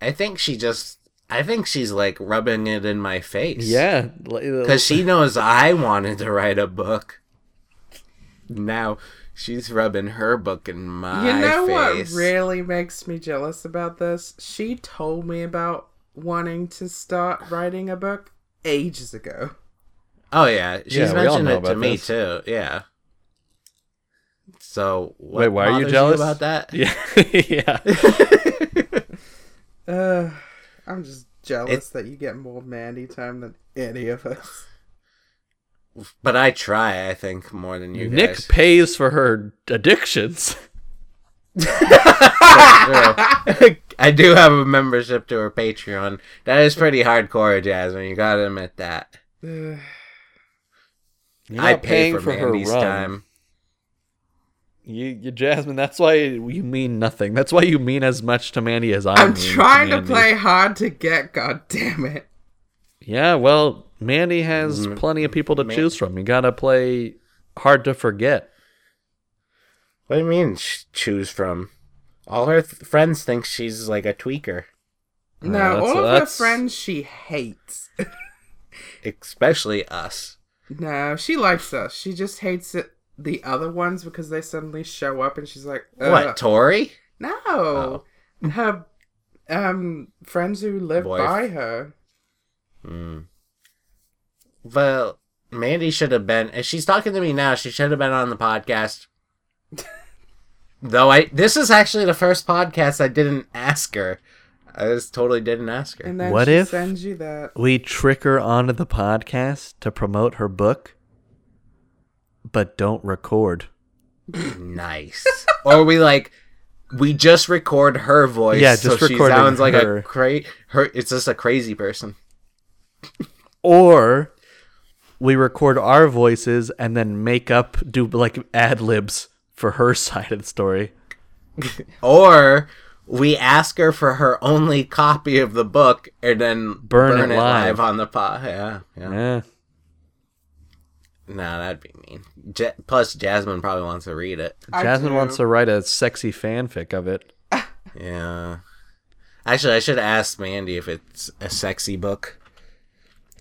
[SPEAKER 3] I think she just. I think she's like rubbing it in my face.
[SPEAKER 1] Yeah.
[SPEAKER 3] Because she knows I wanted to write a book. Now she's rubbing her book in my
[SPEAKER 2] You know
[SPEAKER 3] face.
[SPEAKER 2] what really makes me jealous about this? She told me about wanting to start writing a book ages ago.
[SPEAKER 3] oh yeah, she's
[SPEAKER 1] Yeah, we all
[SPEAKER 3] mentioned
[SPEAKER 1] know
[SPEAKER 3] it to
[SPEAKER 1] about
[SPEAKER 3] me
[SPEAKER 1] this.
[SPEAKER 3] too. Yeah. So what
[SPEAKER 1] Wait, why are
[SPEAKER 3] bothers
[SPEAKER 1] you jealous?
[SPEAKER 3] about that?
[SPEAKER 1] Yeah. yeah.
[SPEAKER 2] Uh, I'm just jealous
[SPEAKER 3] It-
[SPEAKER 2] that you get more Mandy time than any of us.
[SPEAKER 3] But I try. I think more than you
[SPEAKER 1] Nick
[SPEAKER 3] guys.
[SPEAKER 1] pays for her addictions.
[SPEAKER 3] I do have a membership to her Patreon. That is pretty hardcore, Jasmine. You gotta admit that.
[SPEAKER 2] Uh,
[SPEAKER 1] You're
[SPEAKER 3] I
[SPEAKER 1] not
[SPEAKER 3] pay
[SPEAKER 1] paying
[SPEAKER 3] for,
[SPEAKER 1] for her
[SPEAKER 3] Mandy's
[SPEAKER 1] run.
[SPEAKER 3] time.
[SPEAKER 1] You, you, Jasmine. That's why you mean nothing. That's why you mean as much to Mandy as I.
[SPEAKER 2] I'm
[SPEAKER 1] mean
[SPEAKER 2] trying to
[SPEAKER 1] Mandy.
[SPEAKER 2] play hard to get, god damn it.
[SPEAKER 1] Yeah, well, Mandy has plenty of people to
[SPEAKER 3] Man-
[SPEAKER 1] choose from. You gotta play hard to forget.
[SPEAKER 3] What do you mean sh- choose from? All her th- friends think she's like a tweaker,
[SPEAKER 2] No,
[SPEAKER 1] that's-
[SPEAKER 2] all of her
[SPEAKER 1] that's-
[SPEAKER 2] friends she hates.
[SPEAKER 3] especially us.
[SPEAKER 2] no, she likes us. She just hates it. The other ones because they suddenly show up and she's like, "Ugh."
[SPEAKER 3] What, Tori?
[SPEAKER 1] oh.
[SPEAKER 2] No. Her um friends who live
[SPEAKER 3] Wife.
[SPEAKER 2] by her.
[SPEAKER 3] Mm. Well, Mandy should have been. If she's talking to me now, she should have been on the podcast. Though I, this is actually the first podcast I didn't ask her. I just totally didn't ask her.
[SPEAKER 2] And then
[SPEAKER 1] What
[SPEAKER 2] she
[SPEAKER 1] if-
[SPEAKER 2] sends you that.
[SPEAKER 1] We trick her onto the podcast to promote her book, but don't record.
[SPEAKER 3] Nice. or we like, we just record her voice.
[SPEAKER 1] Yeah, just
[SPEAKER 3] so she
[SPEAKER 1] recording
[SPEAKER 3] sounds like
[SPEAKER 1] her.
[SPEAKER 3] a cra- her. It's just a crazy person.
[SPEAKER 1] Or we record our voices and then make up, do like ad libs for her side of the story.
[SPEAKER 3] Or we ask her for her only copy of the book and then burn, it, live. on the pod. Yeah, yeah.
[SPEAKER 1] Yeah.
[SPEAKER 3] Nah, that'd be mean. Ja plus, Jasmine probably wants to read it.
[SPEAKER 2] I
[SPEAKER 1] Jasmine
[SPEAKER 2] do.
[SPEAKER 1] wants to write a sexy fanfic of it.
[SPEAKER 3] Yeah. Actually, I should ask Mandy if it's a sexy book.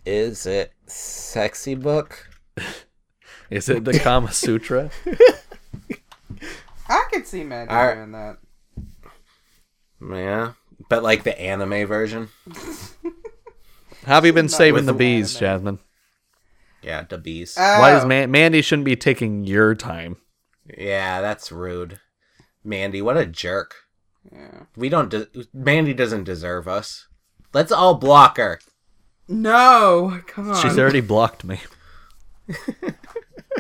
[SPEAKER 3] Is it sexy book?
[SPEAKER 1] Is it the Kama Sutra?
[SPEAKER 2] I could see Mandy
[SPEAKER 3] Alright.
[SPEAKER 2] doing that.
[SPEAKER 3] Yeah, but like the anime version.
[SPEAKER 1] How have you been saving
[SPEAKER 3] with
[SPEAKER 1] the
[SPEAKER 3] the
[SPEAKER 1] bees,
[SPEAKER 2] anime.
[SPEAKER 1] Jasmine?
[SPEAKER 3] Yeah, the bees.
[SPEAKER 1] Why
[SPEAKER 2] Oh,
[SPEAKER 1] does Man- Mandy shouldn't be taking your time?
[SPEAKER 3] yeah, that's rude. Mandy, what a jerk.
[SPEAKER 2] yeah.
[SPEAKER 3] We don't. De- Mandy doesn't deserve us. Let's all block her.
[SPEAKER 2] No, come on.
[SPEAKER 1] She's already blocked me.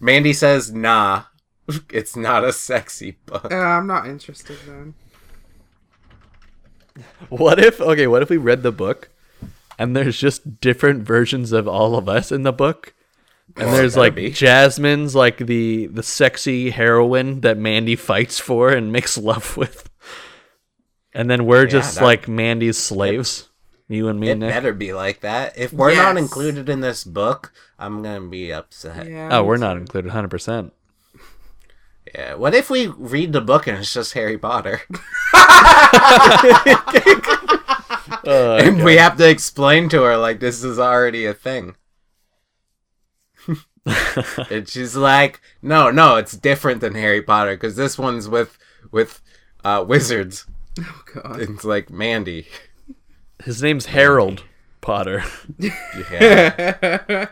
[SPEAKER 3] Mandy says, nah, it's not a sexy book.
[SPEAKER 2] Uh, I'm not interested then.
[SPEAKER 1] What if okay, what if we read the book and there's just different versions of all of us in the book? And
[SPEAKER 3] Oh,
[SPEAKER 1] there's
[SPEAKER 3] that'd
[SPEAKER 1] like
[SPEAKER 3] be-
[SPEAKER 1] Jasmine's like the the sexy heroine that Mandy fights for and makes love with. And then we're just
[SPEAKER 3] that-
[SPEAKER 1] like Mandy's slaves. you and me
[SPEAKER 3] It
[SPEAKER 1] Nick.
[SPEAKER 3] better be like that. If we're not
[SPEAKER 2] uh, Yes.
[SPEAKER 3] included in this book, I'm gonna be upset. Yeah.
[SPEAKER 2] Yeah.
[SPEAKER 1] Oh,
[SPEAKER 2] me
[SPEAKER 1] we're
[SPEAKER 2] too.
[SPEAKER 1] not included 100%.
[SPEAKER 3] What if we read the book and it's just Harry Potter,
[SPEAKER 1] Uh,
[SPEAKER 3] and we have to explain to her like this is already a thing? and she's like, "No, no, it's different than Harry Potter because this one's with with uh, wizards."
[SPEAKER 2] Oh god.
[SPEAKER 3] It's like Mandy.
[SPEAKER 1] his name's Harold Potter.
[SPEAKER 3] Yeah.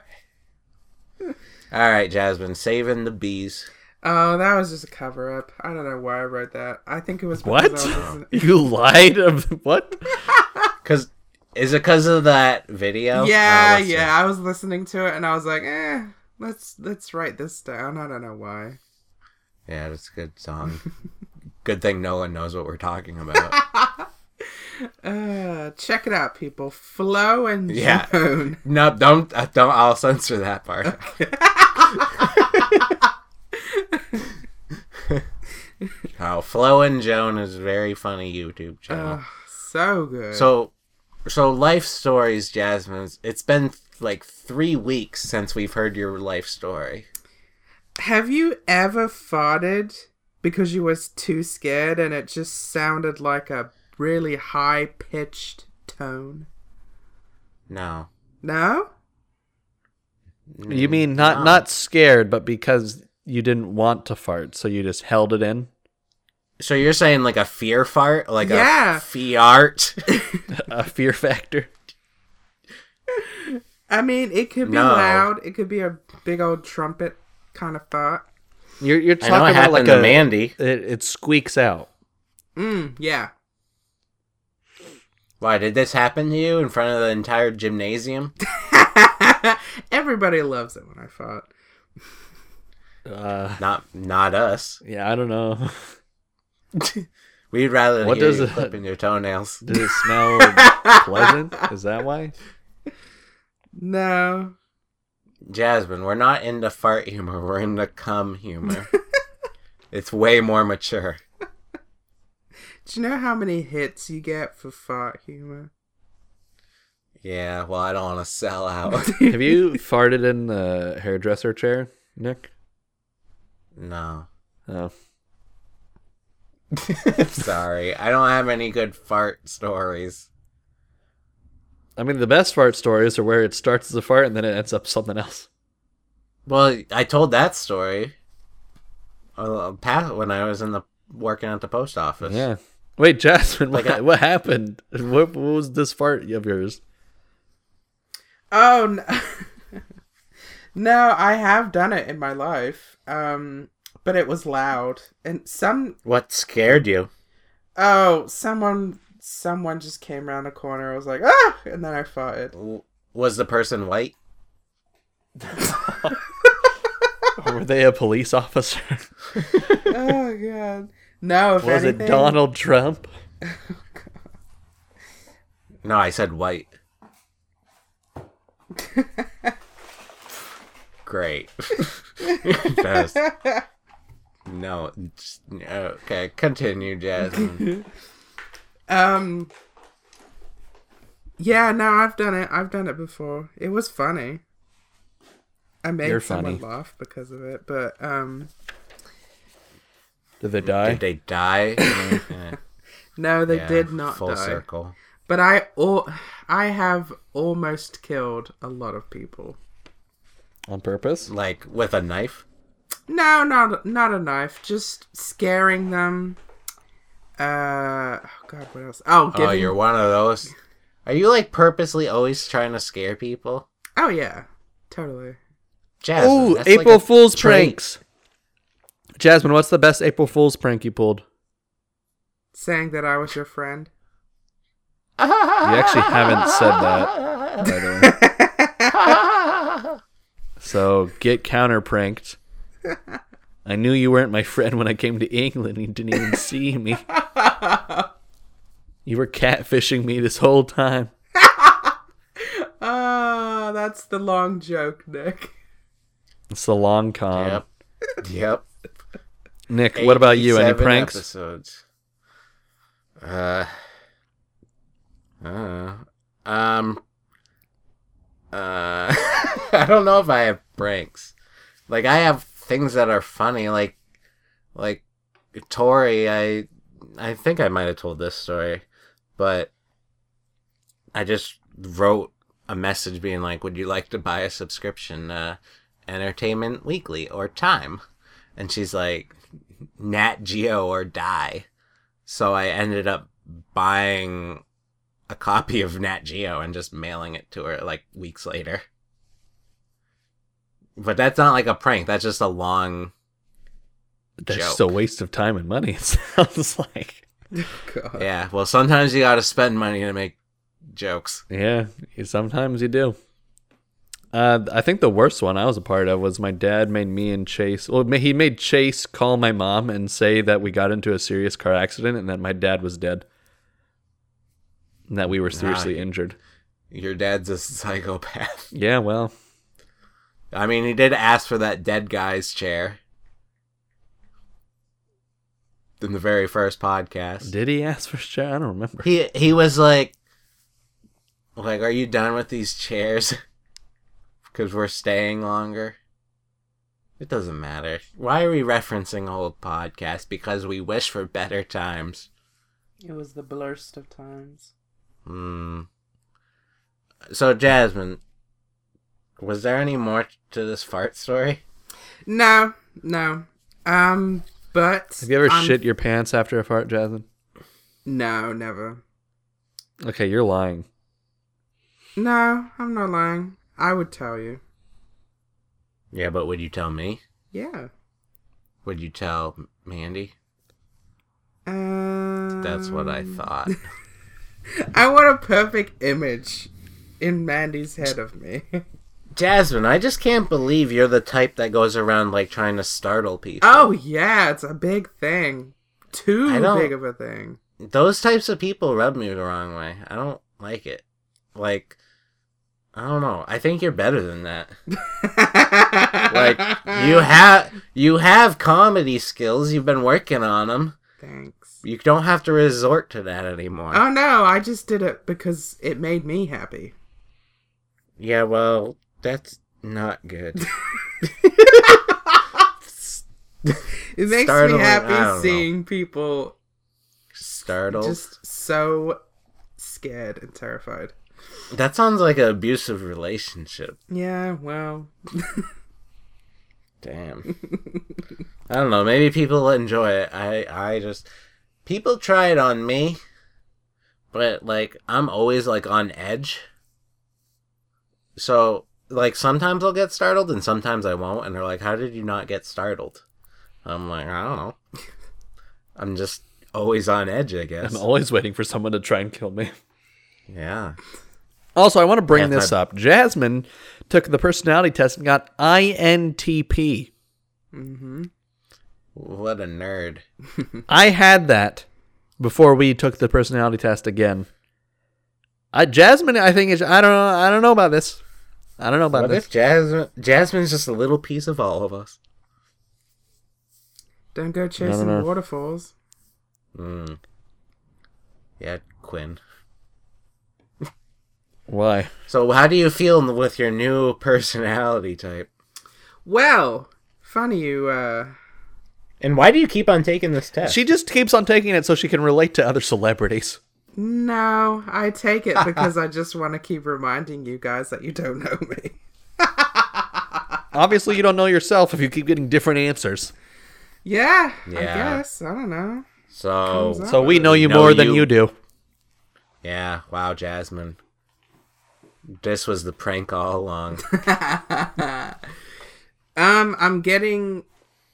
[SPEAKER 3] All right, Jasmine, saving the bees.
[SPEAKER 2] Oh, that was just a cover up. I don't know why I wrote that. I think it was
[SPEAKER 1] What?
[SPEAKER 2] because I was-
[SPEAKER 1] you lied of what?
[SPEAKER 3] Cause is it cause of that video?
[SPEAKER 2] yeah,
[SPEAKER 3] Oh, let's see.
[SPEAKER 2] yeah. I was listening to it and I was like, eh, Let's let's write this down. I don't know why.
[SPEAKER 3] Yeah, it's a good song. good thing no one knows what we're talking about.
[SPEAKER 2] Uh, check it out, people. Flo and
[SPEAKER 3] Yeah.
[SPEAKER 2] Joan.
[SPEAKER 3] no, don't uh, don't. I'll censor that part. oh, Flo and Joan is a very funny YouTube channel.
[SPEAKER 2] Ugh, so good.
[SPEAKER 3] so, so life stories, Jasmine. It's been like three weeks since we've heard your life story.
[SPEAKER 2] Have you ever farted because you was too scared and it just sounded like a really high pitched tone?
[SPEAKER 3] No,
[SPEAKER 2] No?
[SPEAKER 1] You mean not
[SPEAKER 3] no.
[SPEAKER 1] not scared, but because you didn't want to fart, so you just held it in.
[SPEAKER 3] So you're saying like a fear fart, like
[SPEAKER 2] Yeah.
[SPEAKER 3] a fiart?
[SPEAKER 1] A fear factor.
[SPEAKER 2] I mean, it could be
[SPEAKER 3] No.
[SPEAKER 2] loud. It could be a big old trumpet kind of fart.
[SPEAKER 1] You're you're
[SPEAKER 3] I know it
[SPEAKER 1] talking about
[SPEAKER 3] happened
[SPEAKER 1] like
[SPEAKER 3] to
[SPEAKER 1] a
[SPEAKER 3] Mandy.
[SPEAKER 1] It, it squeaks out.
[SPEAKER 2] Mm, yeah.
[SPEAKER 3] Why did this happen to you in front of the entire gymnasium?
[SPEAKER 2] Everybody loves it when I fart.
[SPEAKER 1] Uh,
[SPEAKER 3] not not us.
[SPEAKER 1] yeah, I don't know.
[SPEAKER 3] We'd rather
[SPEAKER 1] What
[SPEAKER 3] what hear
[SPEAKER 1] does
[SPEAKER 3] you
[SPEAKER 1] it-
[SPEAKER 3] clipping your toenails.
[SPEAKER 1] Does it smell pleasant? Is that why?
[SPEAKER 2] No.
[SPEAKER 3] Jasmine, we're not into fart humor. We're into cum humor. it's way more mature.
[SPEAKER 2] Do you know how many hits you get for fart humor?
[SPEAKER 3] Yeah, well, I don't want to sell out.
[SPEAKER 1] Have you farted in the hairdresser chair, Nick?
[SPEAKER 3] no.
[SPEAKER 1] Oh,
[SPEAKER 3] Sorry. I don't have any good fart stories.
[SPEAKER 1] I mean, the best fart stories are where it starts as a fart and then it ends up something else.
[SPEAKER 3] Well, I told that story uh, pa- when I was in the working at the post office.
[SPEAKER 1] Yeah. Wait, Jasmine, what,
[SPEAKER 3] Like I-
[SPEAKER 1] what happened? What, what was this fart of yours?
[SPEAKER 2] Oh no. no, I have done it in my life. Um but it was loud and some
[SPEAKER 3] What scared you?
[SPEAKER 2] oh, someone someone just came around a corner. I was like, "Ah!" and then I farted.
[SPEAKER 3] W- Was the person white?
[SPEAKER 1] Or were they a police officer?
[SPEAKER 2] oh god. No, if
[SPEAKER 1] was
[SPEAKER 2] anything,
[SPEAKER 1] it Donald Trump?
[SPEAKER 3] No, I said white. Great. That was- no. just- Okay, continue, Jasmine.
[SPEAKER 2] Um Yeah, no, I've done it. I've done it before. It was funny. I made
[SPEAKER 1] You're
[SPEAKER 2] someone
[SPEAKER 1] funny.
[SPEAKER 2] laugh because of it, but um
[SPEAKER 1] Did they
[SPEAKER 3] Did
[SPEAKER 1] die?
[SPEAKER 3] they die? Yeah,
[SPEAKER 2] no, they
[SPEAKER 3] yeah,
[SPEAKER 2] did not
[SPEAKER 3] Full
[SPEAKER 2] die.
[SPEAKER 3] circle.
[SPEAKER 2] But I or I have almost killed a lot of people.
[SPEAKER 1] On purpose?
[SPEAKER 3] Like with a knife?
[SPEAKER 2] No, not not a knife, just scaring them. Uh, oh god, what else? Oh,
[SPEAKER 3] Oh,
[SPEAKER 2] giving,
[SPEAKER 3] you're one of those. Are you like purposely always trying to scare people?
[SPEAKER 2] oh yeah, totally.
[SPEAKER 3] Jasmine,
[SPEAKER 1] Oh,
[SPEAKER 3] that's like
[SPEAKER 1] April
[SPEAKER 3] a
[SPEAKER 1] Fool's
[SPEAKER 3] trait.
[SPEAKER 1] pranks. Jasmine, what's the best April Fool's prank you pulled?
[SPEAKER 2] Saying that I was your friend.
[SPEAKER 1] You actually haven't said that, by the way. so get counter pranked. I knew you weren't my friend when I came to England. You didn't even see me. You were catfishing me this whole time.
[SPEAKER 2] Ah, that's the long joke, Nick.
[SPEAKER 1] It's the long con.
[SPEAKER 3] Yep. Yep.
[SPEAKER 1] Nick, what about you? Any
[SPEAKER 3] 87
[SPEAKER 1] pranks?
[SPEAKER 3] Episodes. Uh, uh, um, uh, I don't know if I have pranks. Like I have things that are funny, like, like Tori. I, I think I might have told this story, but I just wrote a message being like, "Would you like to buy a subscription to Entertainment Weekly or Time?" And she's like, Nat Geo or die. So I ended up buying a copy of Nat Geo and just mailing it to her like weeks later. But that's not like a prank. That's just a long.
[SPEAKER 1] That's
[SPEAKER 3] joke.
[SPEAKER 1] just a waste of time and money, it sounds like.
[SPEAKER 2] God.
[SPEAKER 3] Yeah. Well, sometimes you got to spend money to make jokes.
[SPEAKER 1] Yeah, you- sometimes you do. Uh, I think the worst one I was a part of was my dad made me and Chase. Well, ma- he made Chase call my mom and say that we got into a serious car accident and that my dad was dead, and that we were seriously
[SPEAKER 3] Nice.
[SPEAKER 1] injured.
[SPEAKER 3] Your dad's a psychopath.
[SPEAKER 1] Yeah, well,
[SPEAKER 3] I mean, he did ask for that dead guy's chair in the very first podcast.
[SPEAKER 1] did he ask for share? I don't remember.
[SPEAKER 3] He he was like, like, are you done with these chairs? Because we're staying longer. It doesn't matter. Why are we referencing old podcasts? Because we wish for better times.
[SPEAKER 2] It was the blurst of times.
[SPEAKER 3] Hmm. So Jasmine, was there any more to this fart story?
[SPEAKER 2] No, no. Um, but
[SPEAKER 1] Have you ever
[SPEAKER 2] I'm-
[SPEAKER 1] shit your pants after a fart, Jasmine?
[SPEAKER 2] No, never.
[SPEAKER 1] Okay, you're lying.
[SPEAKER 2] No, I'm not lying. I would tell you.
[SPEAKER 3] Yeah, but would you tell me?
[SPEAKER 2] Yeah.
[SPEAKER 3] Would you tell Mandy?
[SPEAKER 2] Um,
[SPEAKER 3] That's what I thought.
[SPEAKER 2] I want a perfect image in Mandy's head of me.
[SPEAKER 3] Jasmine, I just can't believe you're the type that goes around like trying to startle people.
[SPEAKER 2] oh yeah, it's a big thing. Too
[SPEAKER 3] I don't-
[SPEAKER 2] big of a thing.
[SPEAKER 3] Those types of people rub me the wrong way. I don't like it. Like, I don't know. I think you're better than that. Like, you have you have comedy skills. You've been working on them.
[SPEAKER 2] Thanks.
[SPEAKER 3] You don't have to resort to that anymore.
[SPEAKER 2] Oh no, I just did it because it made me happy.
[SPEAKER 3] Yeah, well, that's not good.
[SPEAKER 2] It makes
[SPEAKER 3] Startling,
[SPEAKER 2] me
[SPEAKER 3] I don't
[SPEAKER 2] happy
[SPEAKER 3] know.
[SPEAKER 2] seeing people
[SPEAKER 3] Startled.
[SPEAKER 2] just so scared and terrified.
[SPEAKER 3] That sounds like an abusive relationship.
[SPEAKER 2] Yeah, well,
[SPEAKER 3] Damn. I don't know. Maybe people enjoy it. I I just people try it on me, but like I'm always like on edge. So like sometimes I'll get startled and sometimes I won't, and they're like, "How did you not get startled?" I'm like, I don't know. I'm just always on edge, I guess.
[SPEAKER 1] I'm always waiting for someone to try and kill me.
[SPEAKER 3] Yeah.
[SPEAKER 1] Also, I want to bring
[SPEAKER 3] Anti-
[SPEAKER 1] this up. Jasmine took the personality test and got INTP.
[SPEAKER 2] mm-hmm.
[SPEAKER 3] What a nerd.
[SPEAKER 1] I had that before we took the personality test again. I, Jasmine, I think is I don't know I don't know about this. I don't know about
[SPEAKER 3] What
[SPEAKER 1] this.
[SPEAKER 3] if Jasmine Jasmine's just a little piece of all of us?
[SPEAKER 2] don't go chasing
[SPEAKER 1] no.
[SPEAKER 2] waterfalls.
[SPEAKER 3] Mm. Yeah, Quinn.
[SPEAKER 1] Why?
[SPEAKER 3] So, how do you feel with your new personality type?
[SPEAKER 2] Well, funny you. uh...
[SPEAKER 3] And why do you keep on taking this test?
[SPEAKER 1] She just keeps on taking it so she can relate to other celebrities.
[SPEAKER 2] No, I take it because I just want to keep reminding you guys that you don't know me.
[SPEAKER 1] Obviously, you don't know yourself if you keep getting different answers.
[SPEAKER 2] Yeah,
[SPEAKER 3] Yeah.
[SPEAKER 2] I guess. I don't know.
[SPEAKER 3] so,
[SPEAKER 2] Comes
[SPEAKER 1] So we know you
[SPEAKER 3] Know
[SPEAKER 1] more than
[SPEAKER 3] you.
[SPEAKER 1] you do.
[SPEAKER 3] yeah, wow, Jasmine. This was the prank all along.
[SPEAKER 2] Um, I'm getting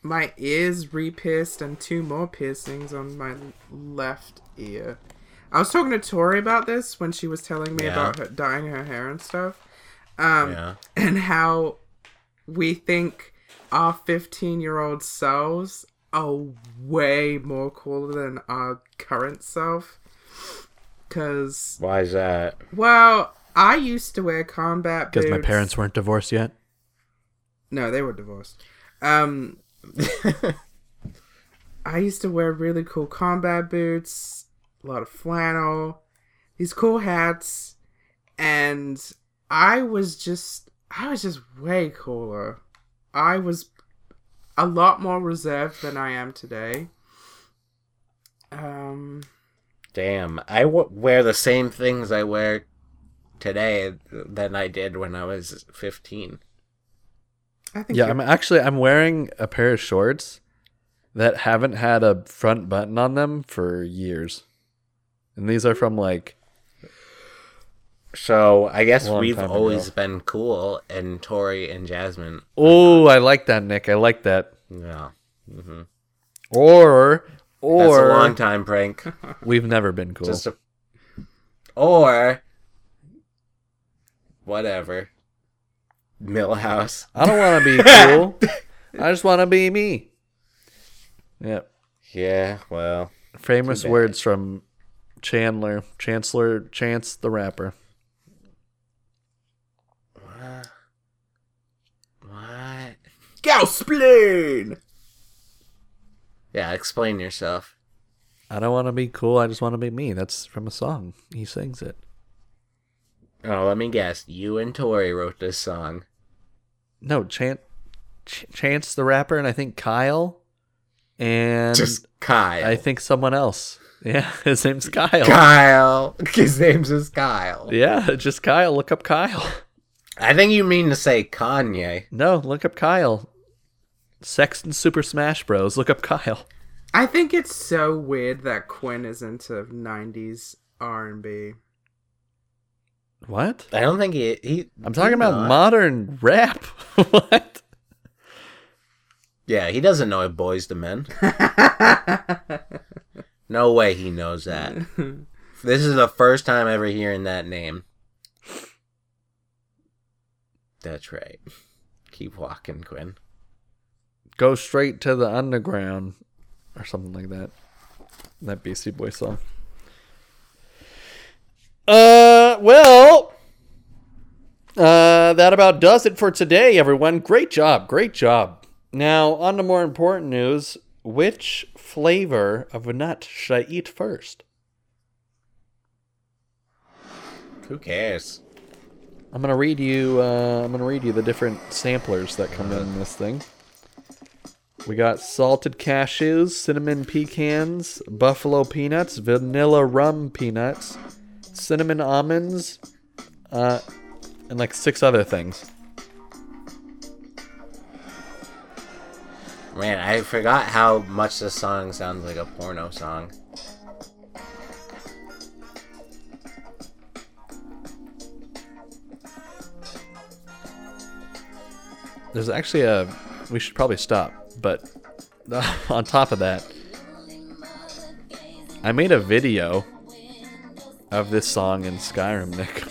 [SPEAKER 2] my ears re-pierced and two more piercings on my left ear. I was talking to Tori about this when she was telling me
[SPEAKER 3] Yeah.
[SPEAKER 2] about her, dyeing her hair and stuff. Um,
[SPEAKER 3] yeah.
[SPEAKER 2] and how we think our 15 year old selves are way more cooler than our current self. Because,
[SPEAKER 3] Why is that?
[SPEAKER 2] well, I used to wear combat boots.
[SPEAKER 1] Because my parents weren't divorced yet.
[SPEAKER 2] No, they were divorced. Um, I used to wear really cool combat boots, a lot of flannel, these cool hats, and I was just I was just way cooler. I was a lot more reserved than I am today. Um
[SPEAKER 3] Damn, I w- wear the same things I wear today than I did when I was 15.
[SPEAKER 2] I think
[SPEAKER 1] Yeah,
[SPEAKER 2] you-
[SPEAKER 1] I'm actually I'm wearing a pair of shorts that haven't had a front button on them for years. And these are from like
[SPEAKER 3] So, I guess
[SPEAKER 1] Long
[SPEAKER 3] we've
[SPEAKER 1] time ago.
[SPEAKER 3] always been cool, and Tori and Jasmine.
[SPEAKER 1] Oh, I like that, Nick. I like that.
[SPEAKER 3] Yeah. Mm-hmm.
[SPEAKER 1] Or
[SPEAKER 3] That's a
[SPEAKER 1] or
[SPEAKER 3] long time prank.
[SPEAKER 1] we've never been cool.
[SPEAKER 3] Just a, or whatever. Millhouse.
[SPEAKER 1] I don't want to be cool. I just want to be me. Yep.
[SPEAKER 3] Yeah, well,
[SPEAKER 1] Famous
[SPEAKER 3] Too bad.
[SPEAKER 1] words from Chandler, Chancellor, Chance the rapper.
[SPEAKER 3] what? What?
[SPEAKER 2] Gaussplane!
[SPEAKER 3] Yeah, explain yourself.
[SPEAKER 1] I don't want to be cool. I just want to be me. That's from a song. He sings it.
[SPEAKER 3] Oh, let me guess. You and Tori wrote this song.
[SPEAKER 1] No, Chan- Ch- Chance the rapper, and I think Kyle, and
[SPEAKER 3] Just Kyle.
[SPEAKER 1] I think someone else. Yeah, his name's Kyle.
[SPEAKER 3] Kyle. His name's is Kyle.
[SPEAKER 1] Yeah, just Kyle. Look up Kyle.
[SPEAKER 3] I think you mean to say Kanye.
[SPEAKER 1] No, look up Kyle. Sex and Super Smash Bros. Look up Kyle.
[SPEAKER 2] I think it's so weird that Quinn is into 90s R&B.
[SPEAKER 1] What?
[SPEAKER 3] I don't think he. he
[SPEAKER 1] I'm talking about
[SPEAKER 3] not.
[SPEAKER 1] modern rap. what?
[SPEAKER 3] Yeah, he doesn't know it boys to men. No way he knows that. this is the first time ever hearing that name. That's right. Keep walking, Quinn.
[SPEAKER 1] Go straight to the underground or something like that. That Beastie Boy song. Uh, well, uh, that about does it for today, everyone. Great job. Great job. Now, on to more important news. Which flavor of nut should I eat first?
[SPEAKER 3] Who cares?
[SPEAKER 1] I'm gonna read you. Uh, I'm gonna read you the different samplers that come in this thing. We got salted cashews, cinnamon pecans, buffalo peanuts, vanilla rum peanuts, cinnamon almonds, uh, and like six other things.
[SPEAKER 3] Man, I forgot how much this song sounds like a porno song.
[SPEAKER 1] There's actually a. We should probably stop, but on top of that, I made a video of this song in Skyrim, Nick.